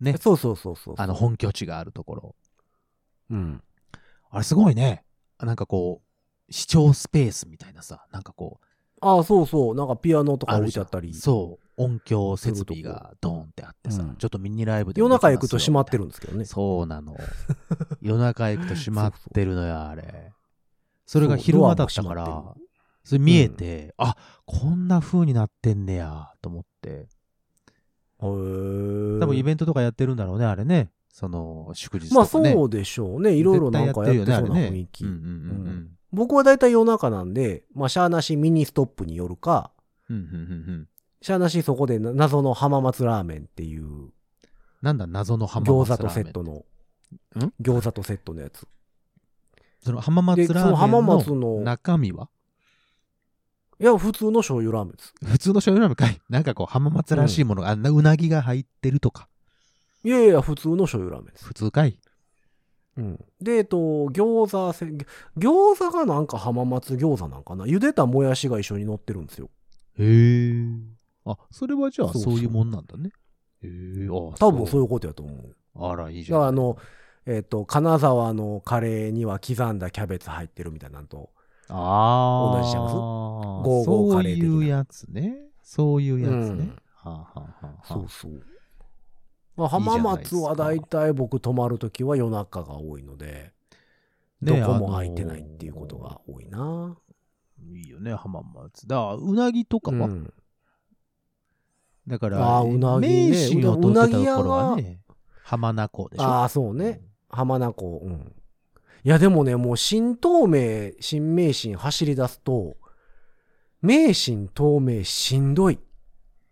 Speaker 3: ね
Speaker 2: そうそうそうそう。
Speaker 3: あの、本拠地があるところ。
Speaker 2: うん。
Speaker 3: あれすごいね。なんかこう、視聴スペースみたいなさ、なんかこう、
Speaker 2: ああ、そうそう。なんかピアノとか
Speaker 3: あ
Speaker 2: 置
Speaker 3: る
Speaker 2: い
Speaker 3: じ
Speaker 2: ち
Speaker 3: ゃ
Speaker 2: ゃ
Speaker 3: ん
Speaker 2: ったり。
Speaker 3: そう、音響設備がドーンってあってさ、
Speaker 2: うん
Speaker 3: ちょっとミニライブでも
Speaker 2: 夜
Speaker 3: できます
Speaker 2: 中
Speaker 3: よ。
Speaker 2: 行くと閉まってるんですけどね。
Speaker 3: そう なの。夜中行くと閉まってるのよ、あれ。それが昼間だったか
Speaker 2: そうドアも閉ま
Speaker 3: ら
Speaker 2: っ、
Speaker 3: それ見えて、あこんな風になってんねや、と思っ
Speaker 2: へ
Speaker 3: て。
Speaker 2: ー
Speaker 3: 多分イベントとかやってるんだろうね、あれね。その、祝日とか、ね。
Speaker 2: まあそうでしょうね。いろいろなんかやってそうな雰囲気。
Speaker 3: 絶対やってるよねあれねうんうんうんうん
Speaker 2: 僕はだいたい夜中なんで、まあ、シャアなしミニストップによるか、
Speaker 3: うんうんうんうん。
Speaker 2: シャアなしそこでな謎の浜松ラーメンっていう、
Speaker 3: なんだ、謎の浜松
Speaker 2: 餃
Speaker 3: ラ
Speaker 2: 子
Speaker 3: ーメ
Speaker 2: とセッ
Speaker 3: ン。
Speaker 2: トの
Speaker 3: ん、
Speaker 2: 餃子とセットのやつ。
Speaker 3: その浜
Speaker 2: で
Speaker 3: 松ラ
Speaker 2: その浜
Speaker 3: ー
Speaker 2: 松
Speaker 3: メンの
Speaker 2: の
Speaker 3: 中身はい
Speaker 2: や、普通の醤油ラーメンです。
Speaker 3: 普通の醤油ラーメ ンかいなんかこう浜松らしいものが、あんなうなぎが入ってるとか
Speaker 2: いやいや、普通の醤油ラーメンです。
Speaker 3: 普通かい
Speaker 2: うん。で、えっと、餃子せ、餃子がなんか浜松餃子なんかな。茹でたもやしが一緒に乗ってるんですよ。
Speaker 3: へえあそれはじゃあ
Speaker 2: そう
Speaker 3: そ
Speaker 2: そう
Speaker 3: ういうもんなんだねへえあ
Speaker 2: 多分そう
Speaker 3: う
Speaker 2: いうことやと思う。
Speaker 3: あらいいじ
Speaker 2: だ
Speaker 3: ゃ
Speaker 2: か
Speaker 3: ん
Speaker 2: らあの、えっと、金沢のカレーには刻んだキャベツ入ってるみたいなんと。
Speaker 3: ああ
Speaker 2: 同じちゃいます
Speaker 3: ゴ
Speaker 2: ゴーゴーカレー的な
Speaker 3: そういうやつねそういうやつね、
Speaker 2: うん
Speaker 3: はあはあはあ
Speaker 2: そうそう。まあ、浜松は大体僕泊まるときは夜中が多いので、ど
Speaker 3: ね
Speaker 2: こも空いてないっていうことが多いな。
Speaker 3: いいよね浜松だからうなぎとかは、
Speaker 2: うん
Speaker 3: だから
Speaker 2: あーうなぎね
Speaker 3: 名神を通ってたところは
Speaker 2: うな
Speaker 3: ね浜名湖でしょ
Speaker 2: ああ、そうね。浜名湖。うん。いや、でもね、もう新東名、新名神走り出すと、名神、東名、しんどい。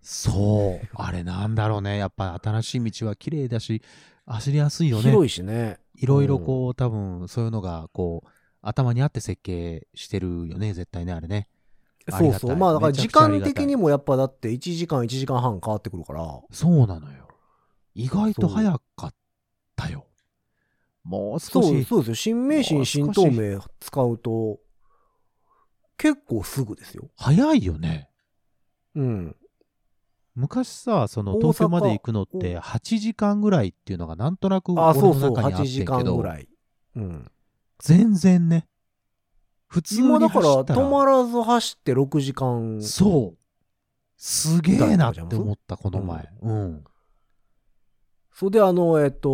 Speaker 3: そう。あれなんだろうね。やっぱ新しい道は綺麗だし、走りやすいよね。
Speaker 2: 広いしね。
Speaker 3: いろいろこう、多分そういうのが、こう、頭にあって設計してるよね、絶対ね、あれね。あ
Speaker 2: そ
Speaker 3: り
Speaker 2: う
Speaker 3: がたい
Speaker 2: そう。まあ、だから
Speaker 3: めちゃ
Speaker 2: 時
Speaker 3: くちゃあり
Speaker 2: 間
Speaker 3: がたい
Speaker 2: 的にもやっぱだって1時間、1時間半変わってくるから。
Speaker 3: そうなのよ。意外と早かったよ。もう
Speaker 2: そ
Speaker 3: 少
Speaker 2: う、
Speaker 3: し、
Speaker 2: そうですよ。新名
Speaker 3: も
Speaker 2: 神、
Speaker 3: う少し
Speaker 2: 新東名使うと、結構すぐですよ。
Speaker 3: 早いよね。
Speaker 2: うん。
Speaker 3: 昔さ、そ
Speaker 2: 大阪
Speaker 3: の東京まで行くのって8時間ぐらいっていうのがなんとなく
Speaker 2: あ、
Speaker 3: 俺
Speaker 2: そ
Speaker 3: の
Speaker 2: うそう、
Speaker 3: 中にあっ
Speaker 2: 8
Speaker 3: て
Speaker 2: 時
Speaker 3: んけ
Speaker 2: 間ぐ
Speaker 3: ど、
Speaker 2: らい。うん。
Speaker 3: 全然ね。普通に
Speaker 2: 今
Speaker 3: 走
Speaker 2: だ
Speaker 3: った
Speaker 2: からら、止まらず走って6時間。
Speaker 3: そう。すげえなって思った、こ
Speaker 2: じゃ
Speaker 3: の
Speaker 2: ん
Speaker 3: 前。うん。
Speaker 2: それで、あの、えっと、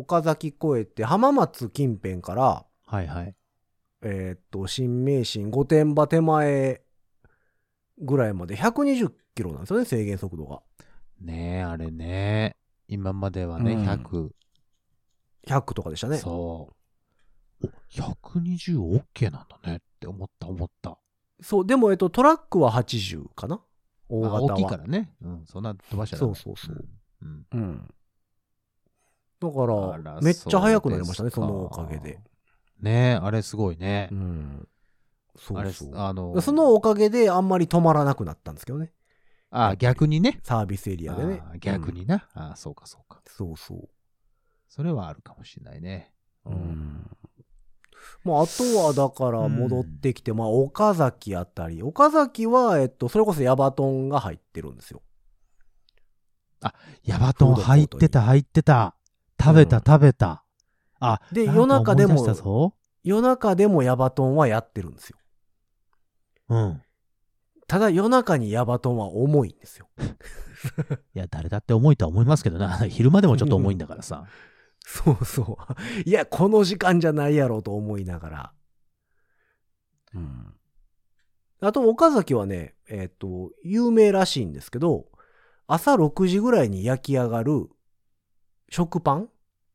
Speaker 2: 岡崎越えて、浜松近辺から、
Speaker 3: はいはい。
Speaker 2: えっと、新名神御殿場手前ぐらいまで120キロなんですよね、制限速度が。
Speaker 3: ねえ、あれね。今まではね、
Speaker 2: うん
Speaker 3: 100。
Speaker 2: 100とかでしたね。
Speaker 3: そう。お、120 OK なんだねって思った、思った。
Speaker 2: そう、でも、えっと、トラックは80かな大
Speaker 3: ま
Speaker 2: 型
Speaker 3: あ
Speaker 2: は。
Speaker 3: 大きいからね。うん、そんな飛ばしちゃダメ
Speaker 2: そうそうそう。
Speaker 3: うん。
Speaker 2: うん。だか
Speaker 3: うんあ
Speaker 2: ら、めっちゃ速くなりましたね、そ
Speaker 3: そう
Speaker 2: のお
Speaker 3: です
Speaker 2: かげで。。
Speaker 3: ねえ、あれすごいね
Speaker 2: う。ん。そ
Speaker 3: あ
Speaker 2: う
Speaker 3: れ
Speaker 2: そう、。
Speaker 3: あの、
Speaker 2: そのおかげで、あんまり止まらなくなったんですけどね。
Speaker 3: あ、逆にね。
Speaker 2: サービスエリアでね
Speaker 3: あ。ー逆
Speaker 2: うん
Speaker 3: にな。あー、そうかそうか。
Speaker 2: そうそう。
Speaker 3: それはあるかもしれないね。
Speaker 2: う。ん。まあ、あとは、だから、戻ってきて、まあ、岡崎あたり。岡崎は、えっと、それこそヤバトンが入ってるんですよ。
Speaker 3: ヤバトン
Speaker 2: フードコートに
Speaker 3: 入ってた入ってた食べた
Speaker 2: うん
Speaker 3: 食べた、あ
Speaker 2: で
Speaker 3: なんか
Speaker 2: 夜中でも
Speaker 3: 思い出したぞ
Speaker 2: 夜中でもヤバトンはやってるんですよ。
Speaker 3: うん
Speaker 2: ただ、夜中にヤバトンは重いんですよ。
Speaker 3: いや誰だって重いとは思いますけどな 昼間でもちょっと重いんだからさ
Speaker 2: そうそう。い や、この時間じゃないやろうと思いながら。うん。あと、岡崎はね、えっ、と、有名らしいんですけど、朝6時ぐらいに焼き上がる食パン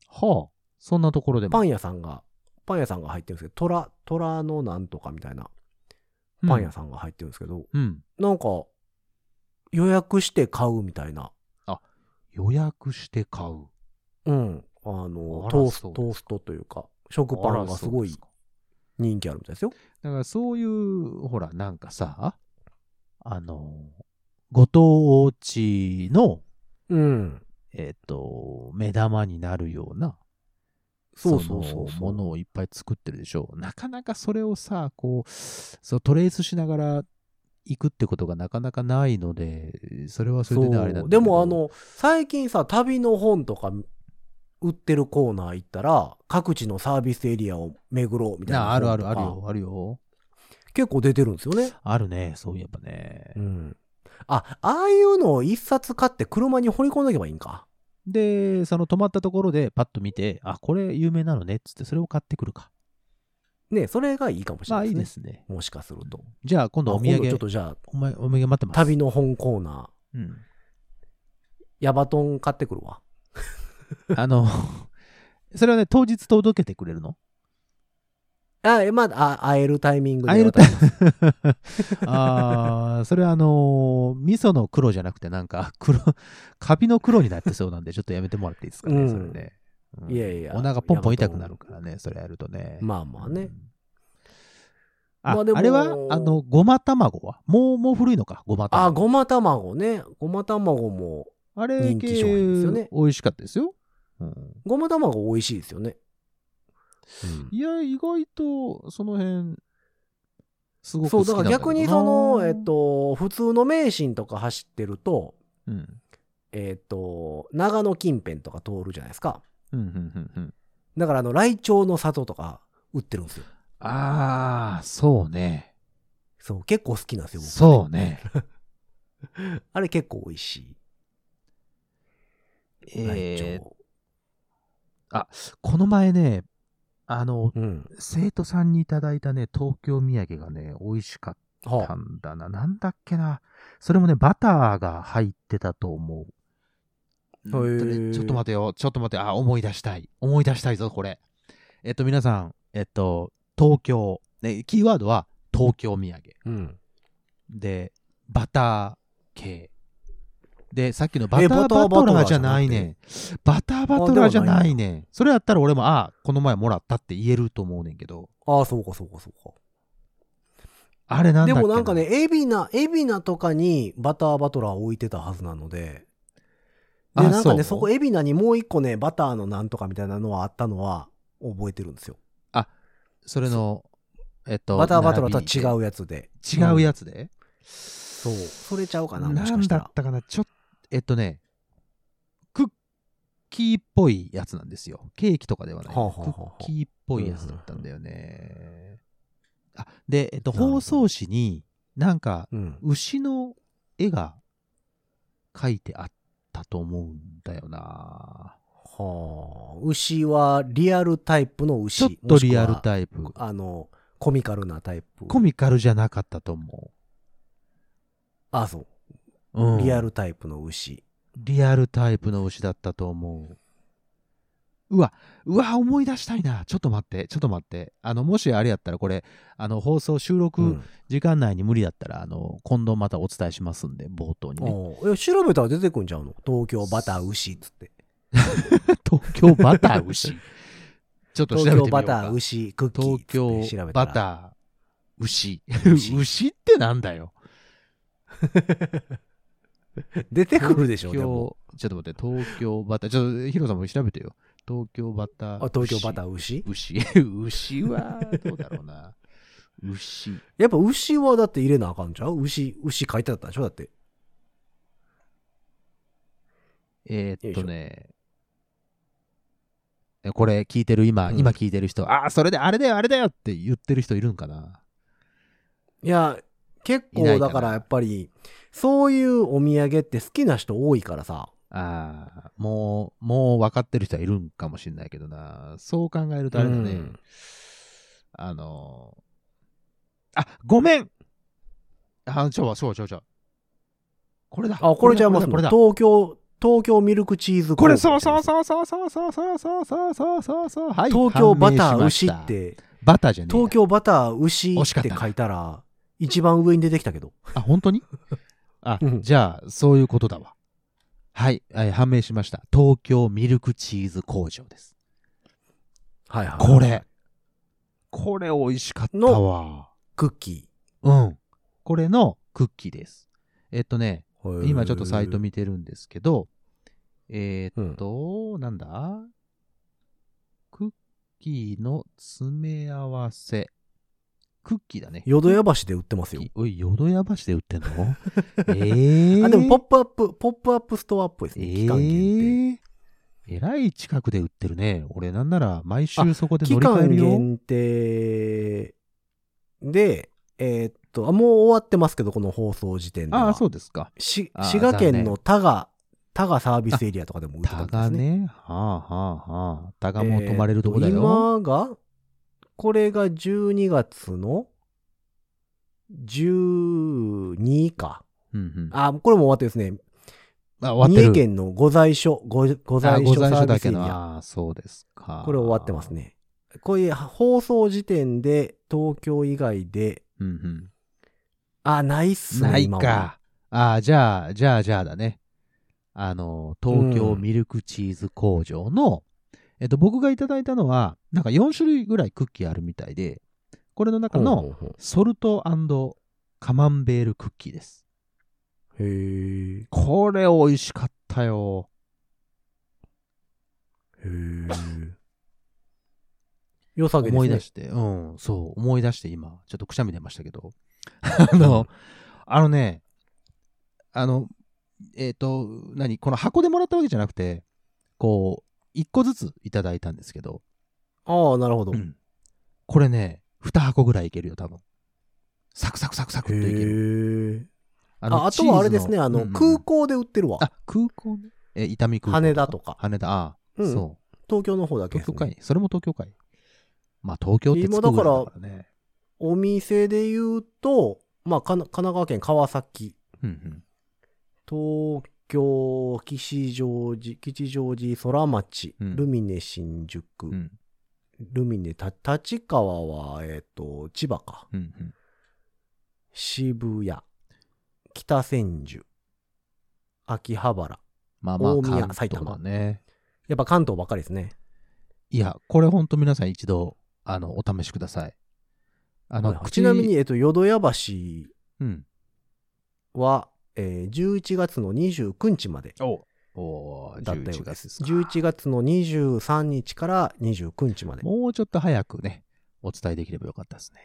Speaker 3: はあそんなところでも
Speaker 2: パン屋さんが、パン屋さんが入ってるんですけど、虎、虎のなんとかみたいな
Speaker 3: うん
Speaker 2: パン屋さんが入ってるんですけど、
Speaker 3: うん
Speaker 2: なんか、予約して買うみたいな。
Speaker 3: 予約して買う
Speaker 2: うん。あの、
Speaker 3: あら
Speaker 2: トース
Speaker 3: そ
Speaker 2: ト、
Speaker 3: うですか
Speaker 2: トーストというか、食パンがすご
Speaker 3: あらそうで
Speaker 2: い
Speaker 3: か
Speaker 2: 人気あるみたいですよ。
Speaker 3: だからそういうほらなんかさあの、ご当地の、
Speaker 2: うん。
Speaker 3: えっ、と、目玉になるような、
Speaker 2: そうそうそうそ
Speaker 3: のも
Speaker 2: う。
Speaker 3: のをいっぱい作ってるでしょう。なかなかそれをさ、こう、そうトレースしながら行くってことがなかなかないので、それはそれでね、あれだ
Speaker 2: そうでもあ、の最近さ旅の本とか売ってるコーナー行ったら各地のサービスエリアを巡ろうみたい
Speaker 3: な
Speaker 2: な
Speaker 3: あるある
Speaker 2: 本
Speaker 3: あ
Speaker 2: と
Speaker 3: る
Speaker 2: か
Speaker 3: よ、あるよ。
Speaker 2: 結構出てるんですよね
Speaker 3: あるね、そういえばね
Speaker 2: う。んあああいうのを一冊買って車に掘り込んでいけばいいんか
Speaker 3: で、その止まったところでパッと見て、あ、これ有名なのねっつって、それを買ってくるか。
Speaker 2: ねそれがいいかもしれな
Speaker 3: まあ
Speaker 2: い
Speaker 3: い
Speaker 2: で
Speaker 3: い
Speaker 2: すね,、
Speaker 3: ですね。
Speaker 2: もしかすると
Speaker 3: じゃあ今度
Speaker 2: あ
Speaker 3: お土
Speaker 2: 今度ちょっ
Speaker 3: 産、
Speaker 2: とじゃあ
Speaker 3: お前お土産待ってます。
Speaker 2: 旅の本コーナ
Speaker 3: うん
Speaker 2: ーヤバトン買ってくるわ
Speaker 3: あの、 それはね、当日届けてくれるの
Speaker 2: あえまああ会えるタイミングで
Speaker 3: 会えるタイ ああ、それはあのー味噌の黒じゃなくて、なんか、黒、カビの黒になってそうなんで、ちょっとやめてもらっていいですかね、
Speaker 2: うん
Speaker 3: それね。うん
Speaker 2: いやいや
Speaker 3: お腹ポンポン痛くなるからね、それやるとね。
Speaker 2: まあまあ
Speaker 3: う
Speaker 2: ね
Speaker 3: ん。あ、
Speaker 2: まあでも
Speaker 3: あれはあの、ごま卵はもう、もう古いのか、ごま
Speaker 2: あ
Speaker 3: 卵。
Speaker 2: ごま卵ねごま卵も
Speaker 3: あれ
Speaker 2: 人気商品ですよね
Speaker 3: 系美味しかったですよ。うん
Speaker 2: ごま卵美味しいですよね、うん
Speaker 3: いや、意外と、その辺、すごく
Speaker 2: そ
Speaker 3: 好
Speaker 2: う
Speaker 3: き
Speaker 2: だ
Speaker 3: な
Speaker 2: か
Speaker 3: ん
Speaker 2: ら
Speaker 3: だけ
Speaker 2: 逆
Speaker 3: どな
Speaker 2: にその、えっ、と、普通の名神とか走ってると、
Speaker 3: うん、
Speaker 2: えっと、長野近辺とか通るじゃないですか。
Speaker 3: うん、うん、うん、うん。
Speaker 2: だからあの、ライチョウの里とか売ってるんですよ。
Speaker 3: ああ、そうね。
Speaker 2: そう、結構好きなんですよ。僕
Speaker 3: そうね。
Speaker 2: あれ結構美味しい。ライチョ
Speaker 3: えー、
Speaker 2: ウ。
Speaker 3: この前ね、あの、
Speaker 2: うん。
Speaker 3: 生徒さんにいただいたね、東京土産がね、美味しかっ
Speaker 2: は
Speaker 3: た
Speaker 2: あ、
Speaker 3: んだな。なんだっけな。それもね、バターが入ってたと思う。
Speaker 2: へ
Speaker 3: うんと
Speaker 2: ー
Speaker 3: ねちょっと待てよ、ちょっと待て、あ、思い出したい。思い出したいぞ、これ。えっと、皆さん、えっと、東京、ね、キーワードは東京土産。
Speaker 2: うん。
Speaker 3: で、バター系。で、さっきのバタ
Speaker 2: え
Speaker 3: ー
Speaker 2: バタ
Speaker 3: バ
Speaker 2: ー
Speaker 3: ト
Speaker 2: バト
Speaker 3: ラ
Speaker 2: ラ
Speaker 3: ー
Speaker 2: ー
Speaker 3: じ
Speaker 2: じ
Speaker 3: ゃ
Speaker 2: ゃ
Speaker 3: な
Speaker 2: なく
Speaker 3: い
Speaker 2: て
Speaker 3: ね。バターバトラーじゃない
Speaker 2: あで
Speaker 3: ね。それやったら俺も、あこの前もらったって言えると思うねんけど。
Speaker 2: ああ、そうかそうかそうか。
Speaker 3: あれなんだ
Speaker 2: で
Speaker 3: っけ
Speaker 2: もなんかね、、エビナ、エビナとかにバターバトラー置いてたはずなので、で、
Speaker 3: あ
Speaker 2: なんかね、
Speaker 3: そ
Speaker 2: そ
Speaker 3: う
Speaker 2: こエビナにもう一個ね、バターのなんとかみたいなのはあったのは覚えてるんですよ。
Speaker 3: それの、えっと、
Speaker 2: バターバトラー
Speaker 3: 並
Speaker 2: とは違
Speaker 3: び
Speaker 2: うやつで。
Speaker 3: で。違うやつで、
Speaker 2: そう。それちゃうかな、もし
Speaker 3: な
Speaker 2: か
Speaker 3: ん
Speaker 2: した
Speaker 3: だ
Speaker 2: ら
Speaker 3: っ。たかな、ちょっと、えっとね、クッキーっぽいやつなんですよ。ケーキとかではない。
Speaker 2: はあはあはあはあ
Speaker 3: クッキーっぽいやつだったんだよね。あ、で、えっと、包装紙に、なんか、
Speaker 2: うん。
Speaker 3: 牛の絵が描いてあったと思うんだよな。
Speaker 2: はあ。牛はリアルタイプの牛。
Speaker 3: ちょっとリアル
Speaker 2: イ
Speaker 3: タイプ。
Speaker 2: あの、コミカルなタイプ。
Speaker 3: コミカルじゃなかったと思。
Speaker 2: あ、そう
Speaker 3: う
Speaker 2: う。
Speaker 3: ん
Speaker 2: リアルタイプの牛。
Speaker 3: リアルタイプの牛だったと思う。うわ、うわ、思い出したいな。ちょっと待って、ちょっと待って。あの、もしあれやったら、これ、あの、放送収
Speaker 2: う
Speaker 3: 録
Speaker 2: ん。
Speaker 3: 時間内に無理だったら、あの、今度またお伝えしますんで、冒頭にね。
Speaker 2: おうえ調べたら出てくんちゃうの東京バター牛っつって。
Speaker 3: 東京バター牛。 ちょっと調べ
Speaker 2: 東
Speaker 3: てみよ
Speaker 2: 京
Speaker 3: うか。
Speaker 2: バター牛クッキーっつ
Speaker 3: 東
Speaker 2: って調べ
Speaker 3: 京
Speaker 2: たら
Speaker 3: バター牛。
Speaker 2: 牛
Speaker 3: 牛ってなんだよ。
Speaker 2: 出てくるでしょ、でも。
Speaker 3: 東京ちょっと待って、東京バター。ちょっとヒロさんも調べてよ。東京バター
Speaker 2: あ東京バター牛
Speaker 3: 牛。 牛はどうだろうな。牛。
Speaker 2: やっぱ牛はだって入れなあかんちゃう牛、牛書いてあったでしょだって。
Speaker 3: えー
Speaker 2: よ
Speaker 3: っ
Speaker 2: いしょ
Speaker 3: とね。えこれ聞いてる今、
Speaker 2: うん
Speaker 3: 今聞いてる人、ああ、それであれだよ、あれだよって言ってる人いるんかな。
Speaker 2: いや、結
Speaker 3: いない
Speaker 2: 構
Speaker 3: かな
Speaker 2: だからやっぱり、そういうお土産って好きな人多いからさ。
Speaker 3: ああ、もう、もう分かってる人はいるんかもしれないけどな。そう考えるとあれだね。
Speaker 2: うん
Speaker 3: あのー、あ、ごめんあ、ちょ、ちょ、ちょ、ちょ。これだ。
Speaker 2: あ、これじゃあま
Speaker 3: だ
Speaker 2: す
Speaker 3: これだ。これ
Speaker 2: 東
Speaker 3: だ
Speaker 2: 京、東京ミルクチーズ
Speaker 3: これ、そ
Speaker 2: 工
Speaker 3: うそう
Speaker 2: 房
Speaker 3: そうそうそうそうそうそうそうそうそうそう。はい。
Speaker 2: 東京バタ
Speaker 3: 判
Speaker 2: ー
Speaker 3: 明し
Speaker 2: 牛
Speaker 3: ました
Speaker 2: っ。て、
Speaker 3: バターじゃねえ。
Speaker 2: 東。京バター牛
Speaker 3: 惜しか
Speaker 2: って
Speaker 3: ったな
Speaker 2: 書いたら、一番上に出てきたけど。
Speaker 3: あ、本当にあ
Speaker 2: う、ん
Speaker 3: じゃあ、そういうことだわ。はい、はい、判明しました。東京ミルクチーズ工場です。
Speaker 2: はいはい。
Speaker 3: これ。これ美味しかったわ。
Speaker 2: クッキ
Speaker 3: うん。これのクッキーです。えっとね、今ちょっとサイト見てるんですけど、えーっと、なんだクッキーの詰め合わせ。クッキーだね。
Speaker 2: 淀屋橋で売ってますよ
Speaker 3: き。おい、淀屋橋で売 ってんのええー。
Speaker 2: あ、でも、ポップアップ、ポップアップストアっぽいですね。期間限定。
Speaker 3: ええー。えらい近くで売ってるね。俺なんなら毎週そこで
Speaker 2: 期
Speaker 3: 乗り換え
Speaker 2: 間
Speaker 3: るよ。
Speaker 2: 限定で、えーっと、あ、もう終わってますけど、この放送時点では。
Speaker 3: ああ、そうですか。
Speaker 2: し
Speaker 3: あー
Speaker 2: 滋賀県
Speaker 3: 残念
Speaker 2: の多賀、多賀サービスエリアとかでも売ってた
Speaker 3: タ
Speaker 2: んで
Speaker 3: ガ
Speaker 2: すね。
Speaker 3: ね。はあはあはあ。タガも泊まれるとこだ
Speaker 2: えー
Speaker 3: よ。
Speaker 2: と今が、これが12月の12か。
Speaker 3: うんうん、あ、
Speaker 2: あ、これも終わってですね。
Speaker 3: 終わっ
Speaker 2: 三
Speaker 3: て
Speaker 2: 重
Speaker 3: る。
Speaker 2: 県の御在所、ご御
Speaker 3: あ
Speaker 2: 在
Speaker 3: ご
Speaker 2: 所
Speaker 3: 在
Speaker 2: サー
Speaker 3: 所
Speaker 2: ビ
Speaker 3: だ
Speaker 2: ス
Speaker 3: け
Speaker 2: エリ
Speaker 3: の。
Speaker 2: ア。
Speaker 3: ああ、そうですか。
Speaker 2: これ終わってます。ね。こういう放送時点で東京以外で、
Speaker 3: うんうん。
Speaker 2: あ、ないっすね。
Speaker 3: ない
Speaker 2: 今は
Speaker 3: か。。ああ、じゃあ、じゃあ、じゃあだね。あの、東京ミルクチーズ工場の、えっと、僕がいただいたのは、なんか4種類ぐらいクッキーあるみたいで、これの中
Speaker 2: ほう
Speaker 3: の
Speaker 2: ほう
Speaker 3: ソルトカマンベールクッキーです。
Speaker 2: ほうへえ。
Speaker 3: これ美味しかったよ。
Speaker 2: へえ。良さげですね。
Speaker 3: 思い出して、うん、そう、思い出して今、ちょっとくしゃみ出ましたけど、 あの、あのね、あの、えっ、と、何、この箱でもらったわけじゃなくて、こう、一個ずついただいたんですけど、
Speaker 2: ああ、なるほど。
Speaker 3: うんこれね、二箱ぐらいいけるよ、多分。サクサクサクサクっといける。
Speaker 2: へえ。
Speaker 3: あの
Speaker 2: ああとはあれですね、あの、空、
Speaker 3: チーズ
Speaker 2: 港で売ってるわ。
Speaker 3: あ、空港ね。え、伊丹空港。
Speaker 2: 羽田とか
Speaker 3: 羽田、あ、あ
Speaker 2: うん
Speaker 3: そう。
Speaker 2: 東京の方だけで
Speaker 3: 東
Speaker 2: す
Speaker 3: 京
Speaker 2: ね、
Speaker 3: かい。それも東京かい。まあ、東京ってつくぐらいだからね。
Speaker 2: お店で言うと、まあ、かな神奈川県川崎、
Speaker 3: うんうん。
Speaker 2: 東京、吉祥寺、吉祥寺、空町、
Speaker 3: うん
Speaker 2: ルミネ新宿、
Speaker 3: うん
Speaker 2: ルミネた、立川は、えっ、と、千葉か、
Speaker 3: うんうん
Speaker 2: 渋谷、北千住、秋葉原。
Speaker 3: まあまあ、
Speaker 2: 大宮
Speaker 3: 関
Speaker 2: 埼
Speaker 3: 東
Speaker 2: 玉
Speaker 3: だね。
Speaker 2: やっぱ関東ばっかりですね。
Speaker 3: いや、これほんと皆さん一度、あの、お試しください。あの
Speaker 2: はい、ちなみに、、えっ、と、淀屋橋
Speaker 3: うん。
Speaker 2: は、えー11月の29日まで
Speaker 3: おおー
Speaker 2: だったよ
Speaker 3: 11
Speaker 2: うで。
Speaker 3: 月ですすか。
Speaker 2: 11月の23日から29日まで。
Speaker 3: もうちょっと早くね、お伝えできればよかったですね。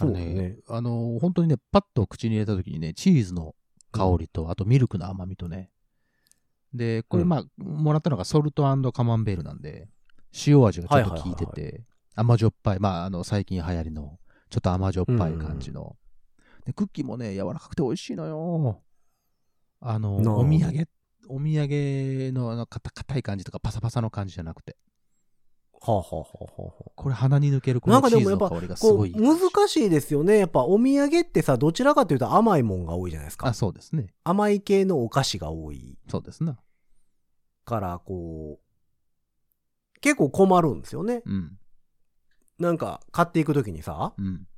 Speaker 3: あのね。、あの、本当にね、パッと口に入れた時にね、チーズの香りと、あとミルクの甘みとね。で、これ、
Speaker 2: うん
Speaker 3: まあ、もらったのがソルトカマンベールなんで、塩味がちょっと効いて
Speaker 2: はいはい
Speaker 3: て、甘じょっぱい、まあ、あの、最近流行りの、ちょっと甘じょっぱい感じの。で、クッキーもね、柔らかくて美味しいのよ。あ
Speaker 2: な
Speaker 3: の、
Speaker 2: るほど
Speaker 3: お土産、お土産のあの、かた硬い感じとか、パサパサの感じじゃなくて、
Speaker 2: はあ、はあはあは
Speaker 3: これ鼻に抜けるこ
Speaker 2: な
Speaker 3: の
Speaker 2: んか
Speaker 3: チ
Speaker 2: でも
Speaker 3: ーズ
Speaker 2: やっぱ
Speaker 3: の香りが
Speaker 2: あ、
Speaker 3: す
Speaker 2: こ
Speaker 3: ご
Speaker 2: う、
Speaker 3: いいい感じ。
Speaker 2: 難しいですよね。やっぱお土産ってさ、どちらかというと甘いもんが多いじゃないです
Speaker 3: あ、
Speaker 2: か。
Speaker 3: そうですね。
Speaker 2: 甘い系のお菓子が多い
Speaker 3: そうですな。
Speaker 2: から、こう、結構困るんですよね。
Speaker 3: うん。
Speaker 2: なんか、買っていくときにさ、
Speaker 3: うん。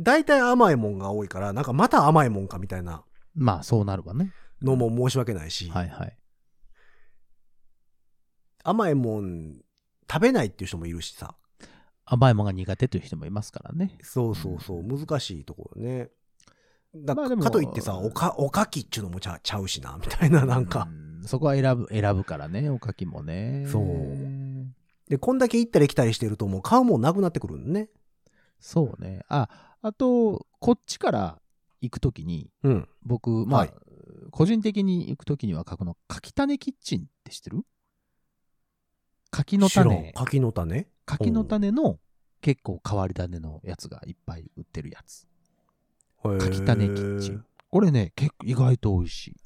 Speaker 2: 大体甘いもんが多いから、なんかまた甘いもんかみたいな
Speaker 3: まあそうなるわね。
Speaker 2: のも申し訳ないし、
Speaker 3: はいはい。
Speaker 2: 甘いもん食べないっていう人もいるしさ。
Speaker 3: 甘いものが苦手という人もいますからね。
Speaker 2: そうそうそう、難しいところね。だ
Speaker 3: まあ
Speaker 2: か
Speaker 3: でも
Speaker 2: かといってさ、おか、おかきっちゅうのもちゃちゃうしな、みたいな、なんか
Speaker 3: う。ん。そこは選ぶ、選ぶからね、おかきもね。
Speaker 2: そうで、こんだけ行ったり来たりしてると、もう買うもんなくなってくるんね。
Speaker 3: そうね。あ、あと、こっちから行くときに、
Speaker 2: うん。
Speaker 3: 僕、まあ、
Speaker 2: はい
Speaker 3: 個人的に行くときには書くの、柿種キッチンって知ってる柿の種、
Speaker 2: 柿の種
Speaker 3: 柿の種の結構変わり種のやつがいっぱい売ってるやつ。柿種キッチン。。これね、結構意外と美味しい。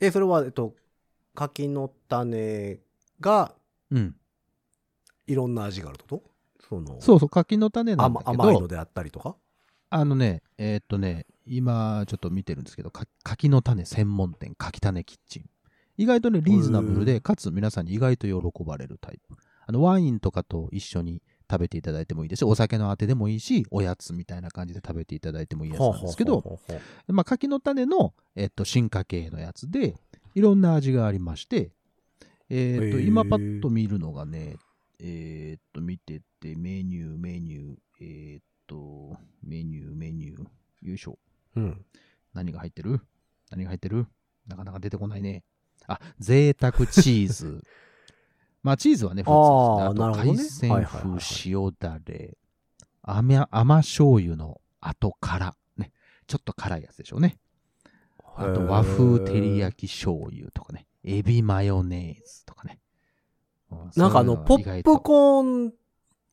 Speaker 2: へーえ、それは、えっと、柿の種が、
Speaker 3: うん。
Speaker 2: いろんな味があるってことその、
Speaker 3: そうそう、柿の種なん
Speaker 2: 甘
Speaker 3: だけど、
Speaker 2: 甘いのであったりとか。
Speaker 3: あのね、えーっとね、今ちょっと見てるんですけど、か柿の種専門店、柿種キッチン。意外とね、リーズナブル
Speaker 2: へ
Speaker 3: で、かつ皆さんに意外と喜ばれるタイプ。あの、ワインとかと一緒に食べていただいてもいいですし、お酒のあてでもいいし、おやつみたいな感じで食べていただいてもいいやつなんですけど、
Speaker 2: ほうほうほうほ
Speaker 3: まあ、柿の種の、えっと、進化系のやつで、いろんな味がありまして、えっと、
Speaker 2: へー
Speaker 3: 今パッと見るのがね、えっと、見てて、メニュー、メニュー、えっと、メニュー、メニュー。よいしょ。
Speaker 2: うん。
Speaker 3: 何が入ってる何が入ってるなかなか出てこないね。あ、贅沢チー ズ。まあ、チーズはね、普
Speaker 2: あー
Speaker 3: 通ですね。あ
Speaker 2: なる
Speaker 3: と、
Speaker 2: ほどね
Speaker 3: 海鮮
Speaker 2: はいはいはい
Speaker 3: 風塩だれ。甘甘醤油の後から。ね。ちょっと辛いやつでしょうね。あと、和風照り
Speaker 2: き。
Speaker 3: 焼き醤油とかね。エビマヨネーズとかね。う
Speaker 2: なんかあの、ポ
Speaker 3: そういう
Speaker 2: ッ
Speaker 3: 意外
Speaker 2: プ
Speaker 3: と
Speaker 2: コーン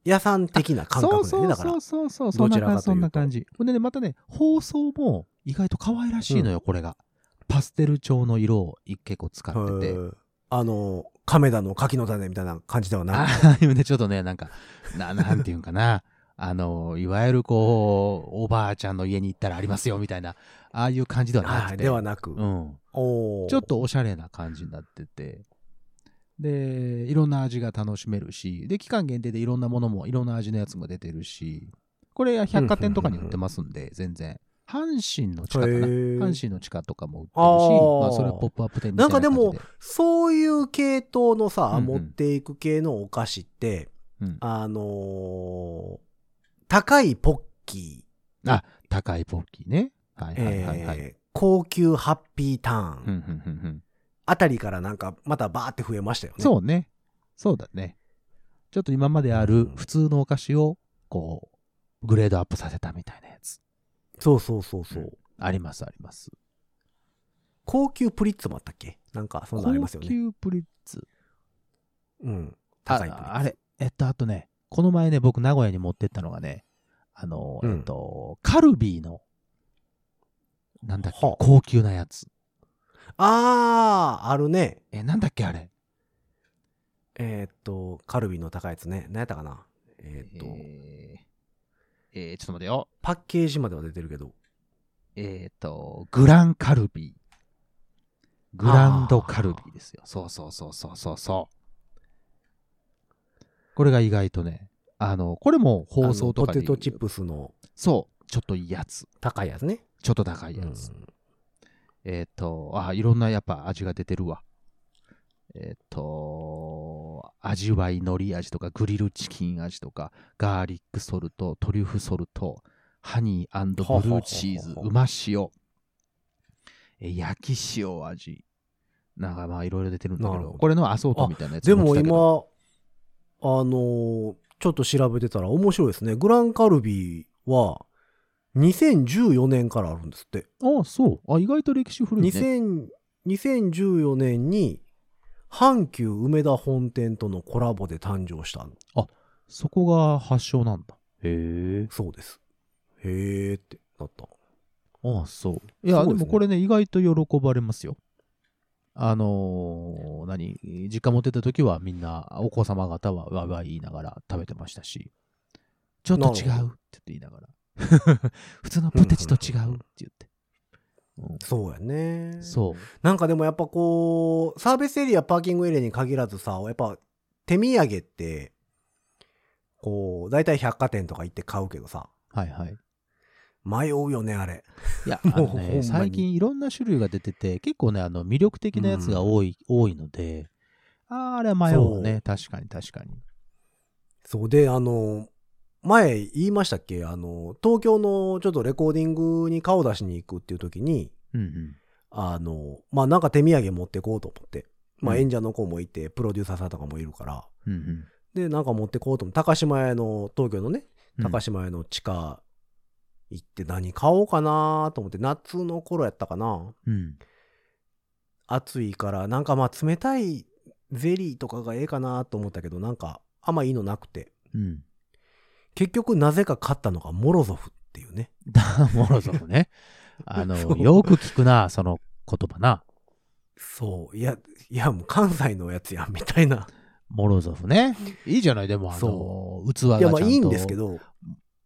Speaker 2: 屋さん的な感覚だよね、だから
Speaker 3: そ。うそうそうそう、そ
Speaker 2: ど
Speaker 3: ん
Speaker 2: ち
Speaker 3: な
Speaker 2: らか
Speaker 3: 感
Speaker 2: というと
Speaker 3: じ、そんな感じ。ほんでね、またね、包装も意外と可愛らしいのよ、これが。パステル調の色を結構使って
Speaker 2: へ
Speaker 3: て。
Speaker 2: ーあの、亀田の柿の種みたいな感じではなく。
Speaker 3: ああいうね、ちょっとね、なんか、な、なんていうんかな。あの、いわゆるこう、おばあちゃんの家に行ったらありますよ、みたいな、ああいう感じではな
Speaker 2: は
Speaker 3: く
Speaker 2: い、
Speaker 3: て。
Speaker 2: ではなく。
Speaker 3: うん。
Speaker 2: おー
Speaker 3: ちょっ。とおしゃれな感じになってて。で、いろんな味が楽しめるし、で、期間限定でいろんなものも、いろんな味のやつも出てるし、これ百貨店とかに売ってますんで、全然。阪神の地下か
Speaker 2: へ
Speaker 3: な。
Speaker 2: ー
Speaker 3: 阪神の地下とかも売ってるし、
Speaker 2: あー
Speaker 3: まあ、それはポップアップ店みた
Speaker 2: ないん
Speaker 3: な
Speaker 2: か
Speaker 3: 感じ
Speaker 2: で
Speaker 3: で。
Speaker 2: も、そういう系統のさ、
Speaker 3: うんうん
Speaker 2: 持っていく系のお菓子って、
Speaker 3: うん
Speaker 2: あのー高いポッキ
Speaker 3: あ、高いポッキーね。はい
Speaker 2: ー、
Speaker 3: はいはいはい。
Speaker 2: えー高級ハッピーターン、
Speaker 3: うんうんうんうん
Speaker 2: あたりからなんかまたバーって増えましたよね。
Speaker 3: そうね。そうだね。ちょっと今まであ
Speaker 2: う
Speaker 3: る
Speaker 2: ん
Speaker 3: 普通のお菓子を、こう、グレードアップさせたみたいなやつ。
Speaker 2: そうそうそうそう。
Speaker 3: うんありますあります。
Speaker 2: 高級プリッツもあったっけなんかそんなのありますよ
Speaker 3: 高
Speaker 2: ね。
Speaker 3: 級プリッツ。
Speaker 2: うん。
Speaker 3: あ
Speaker 2: 高いプリッツ。
Speaker 3: あれ、えっと、あとね、この前ね、僕、名古屋に持ってったのがね、あの、
Speaker 2: うん
Speaker 3: えっと、カルビーの、なんだっけ、
Speaker 2: はあ
Speaker 3: 高級なやつ。
Speaker 2: あー、あるね。
Speaker 3: え、なんだっけ、あれ。
Speaker 2: えーっと、カルビの高いやつね。何やったかなえーっと、
Speaker 3: えーえーちょっと待ってよ。
Speaker 2: パッケージまでは出てるけど。
Speaker 3: えっと、グランカルビー。グランドカルビーですよ。そうそうそうそうそうそう。これが意外とね、あの、これも包装とか
Speaker 2: あのポテト
Speaker 3: いう
Speaker 2: チップスの
Speaker 3: そう、ちょっといいやつ。
Speaker 2: 高いやつね。
Speaker 3: ちょっと高いやつ。えっ、と、あ、いろんなやっぱ味が出てるわ。えっ、と、味わい海苔味とか、グリルチキン味とか、ガーリックソルト、トリュフソルト、ハニーブル
Speaker 2: ほうほうほうほう
Speaker 3: ーチーズ、うま塩、え焼き塩味。なんかまあいろいろ出てるんだけ
Speaker 2: な
Speaker 3: ど
Speaker 2: るほど
Speaker 3: これのアソートみたいなやつ
Speaker 2: でも
Speaker 3: 来たけど
Speaker 2: 今、あのーちょっと調べてたら面白いですね。グランカルビは、2014年からあるんですって。
Speaker 3: あそうあ意外と歴史古いね
Speaker 2: 2000 2014年に、阪急梅田本店とのコラボで誕生した
Speaker 3: そこが発祥なんだへえ
Speaker 2: そうです。へーってなった。
Speaker 3: ああ、そう。いや、
Speaker 2: すごいで
Speaker 3: で
Speaker 2: すね
Speaker 3: もこれね、意外と喜ばれますよ。あのー何実家持ってた時はみんな、お子様方はわいわい言いながら食べてましたし、ちょっと違
Speaker 2: なる
Speaker 3: うって言って言いながら。 普通のポテチと違うって言って。
Speaker 2: そうやね。
Speaker 3: そう。
Speaker 2: なんかでもやっぱこう、サービスエリア、パーキングエリアに限らずさ、やっぱ手土産って、こう、大体百貨店とか行って買うけどさ、
Speaker 3: はいはい。
Speaker 2: 迷うよね、あれ。
Speaker 3: いや、あ
Speaker 2: もう
Speaker 3: の
Speaker 2: ほんま
Speaker 3: ね、
Speaker 2: に
Speaker 3: 最近いろんな種類が出てて、結構ね、あの魅力的なやつが多い、多いので、あーあれは迷うね。確かに確かに。
Speaker 2: そうで、あの、前言いましたっけあの、東京のちょっとレコーディングに顔出しに行くっていう時に、
Speaker 3: うんうん。
Speaker 2: あの、まあなんか手土産持ってこうと思って、まあ
Speaker 3: うん
Speaker 2: 演者の子もいて、プロデューサーさんとかもいるから、
Speaker 3: うんうん
Speaker 2: で、なんか持ってこうと思って、高島屋の、東京のね、
Speaker 3: うん。
Speaker 2: 高島屋の地下行って何買おうかなと思って夏の頃やったかな
Speaker 3: うん。
Speaker 2: 暑いからなんかまあ冷たいゼリーとかがええかなと思ったけどなんかあんまいいのなくて
Speaker 3: うん。
Speaker 2: 結局なぜか買ったのがモロゾフっていうね
Speaker 3: ダモロゾ フね。あの、
Speaker 2: そう
Speaker 3: よく聞くな、その言葉な。
Speaker 2: そういやいやもう関西のやつやんみたいな
Speaker 3: モロゾフね。いいじゃない、でも、あ
Speaker 2: そ
Speaker 3: の、器が
Speaker 2: い
Speaker 3: ちゃ
Speaker 2: や
Speaker 3: ん
Speaker 2: ま
Speaker 3: と。
Speaker 2: あいいんですけど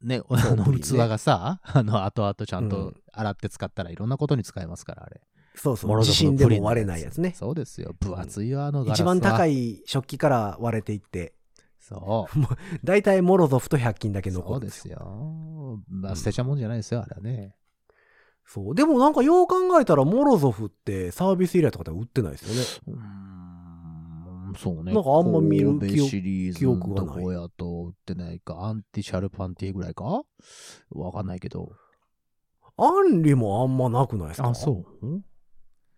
Speaker 3: ね、あの、
Speaker 2: そうね
Speaker 3: 器がさ、あの、後々ちゃん
Speaker 2: う
Speaker 3: と
Speaker 2: ん
Speaker 3: 洗って使ったらいろんなことに使えますから、あれ。
Speaker 2: そうそ
Speaker 3: モ
Speaker 2: う
Speaker 3: ロ
Speaker 2: 地
Speaker 3: ゾフ
Speaker 2: 震
Speaker 3: の
Speaker 2: で
Speaker 3: プリン
Speaker 2: も割れないやつね
Speaker 3: そうですよ。分厚いよ、あのガラス
Speaker 2: 一番高
Speaker 3: い。
Speaker 2: い食器から割れていって
Speaker 3: そう。
Speaker 2: 大体モロゾフと100均だけ残
Speaker 3: そ
Speaker 2: る
Speaker 3: うん
Speaker 2: で
Speaker 3: です
Speaker 2: よ
Speaker 3: すよ。ま
Speaker 2: うん
Speaker 3: あ、捨てちゃもんじゃないですよ、あれはね。
Speaker 2: そう。でもなんかよう考えたら、モロゾフってサービスエリアとかでは売ってないですよね。
Speaker 3: うーん、そうね。
Speaker 2: なんかあんま見る記憶
Speaker 3: 神戸シリーズの
Speaker 2: 記憶が
Speaker 3: ど
Speaker 2: ない
Speaker 3: こやとってないか、アンティシャルパンティぐらいかわかんないけど。
Speaker 2: アンリもあんまなくないですか
Speaker 3: う
Speaker 2: う。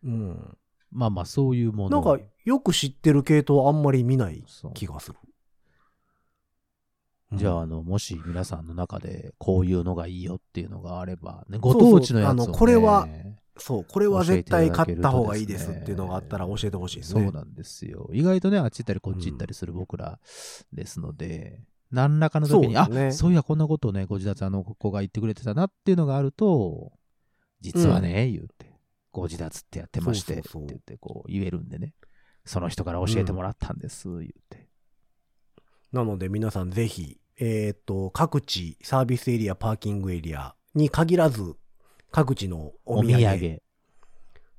Speaker 2: うん。
Speaker 3: まあまあ、そういうも
Speaker 2: な
Speaker 3: の。
Speaker 2: んか、よく知ってる系統はあんまり見ない
Speaker 3: そう
Speaker 2: 気がする。
Speaker 3: じゃあ、
Speaker 2: うん、
Speaker 3: あの、もし皆さんの中で、こういうのがいいよっていうのがあれば、ね、
Speaker 2: う
Speaker 3: ご
Speaker 2: そう
Speaker 3: 当地のやつを、ね、
Speaker 2: あのこれはそう、これは絶対買った方がいいですっていうのがあったら教えてほしいですね。
Speaker 3: そうなんですよ。意外とね、あっち行ったりこっち行ったりする僕らですので、何らかの時に、
Speaker 2: そうですね
Speaker 3: あそういや、こんなことをね、ご自宅あの子が言ってくれてたなっていうのがあると、実はね、言うて、ご自宅ってやってまして、
Speaker 2: そうそうそう
Speaker 3: って言ってこう言えるんでね、その人から教えてもらったんです、言うて。
Speaker 2: なので皆さんぜひ、えーっと、各地、サービスエリア、パーキングエリアに限らず、各地のお
Speaker 3: お
Speaker 2: 土産。
Speaker 3: 土産。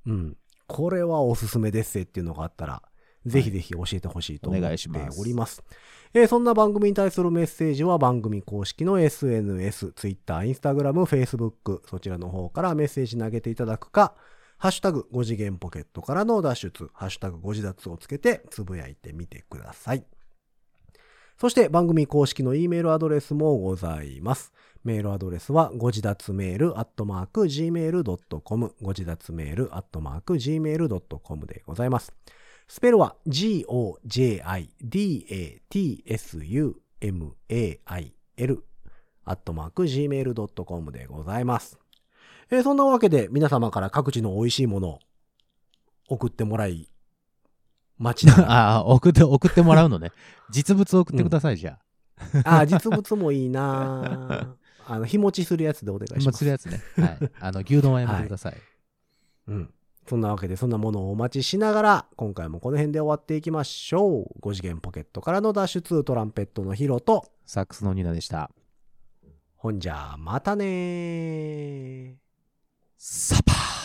Speaker 2: うん。これはおすすめですっていうのがあったら、ぜひぜひ教えてほしいと思っ
Speaker 3: お
Speaker 2: てお
Speaker 3: 願
Speaker 2: り
Speaker 3: いします
Speaker 2: ます。えーそんな番組に対するメッセージは番組公式の SNS、Twitter、Instagram、Facebook、そちらの方からメッセージ投げていただくか、ハッシュタグ5次元ポケットからの脱出、ハッシュタグ5次脱をつけてつぶやいてみてください。そして番組公式の E メールアドレスもございます。メールアドレスは、ご自立メール、アットマーク、gmail.com、ご自立メール、アットマーク、gmail.com でございます。スペルは、g-o-j-i-d-a-t-s-u-m-a-i-l、アットマーク、gmail.com でございます。えーそんなわけで、皆様から各地の美味しいものを送ってもらい、待ちなが ら。
Speaker 3: ああ、送って、送ってもらうのね。実物を送ってください、じゃ
Speaker 2: あー、実物もいいなああの、日持ちするやつでお願
Speaker 3: あ。
Speaker 2: いし
Speaker 3: 今
Speaker 2: ますす
Speaker 3: る。やつね。はい。あの、牛丼はやめてください。
Speaker 2: うん。そんなわけで、そんなものをお待ちしながら、今回もこの辺で終わっていきましょう。5次元ポケットからの脱出、トランペットのヒロと、
Speaker 3: サックスのニナでした。
Speaker 2: ほんじゃ、またねー。
Speaker 3: サパー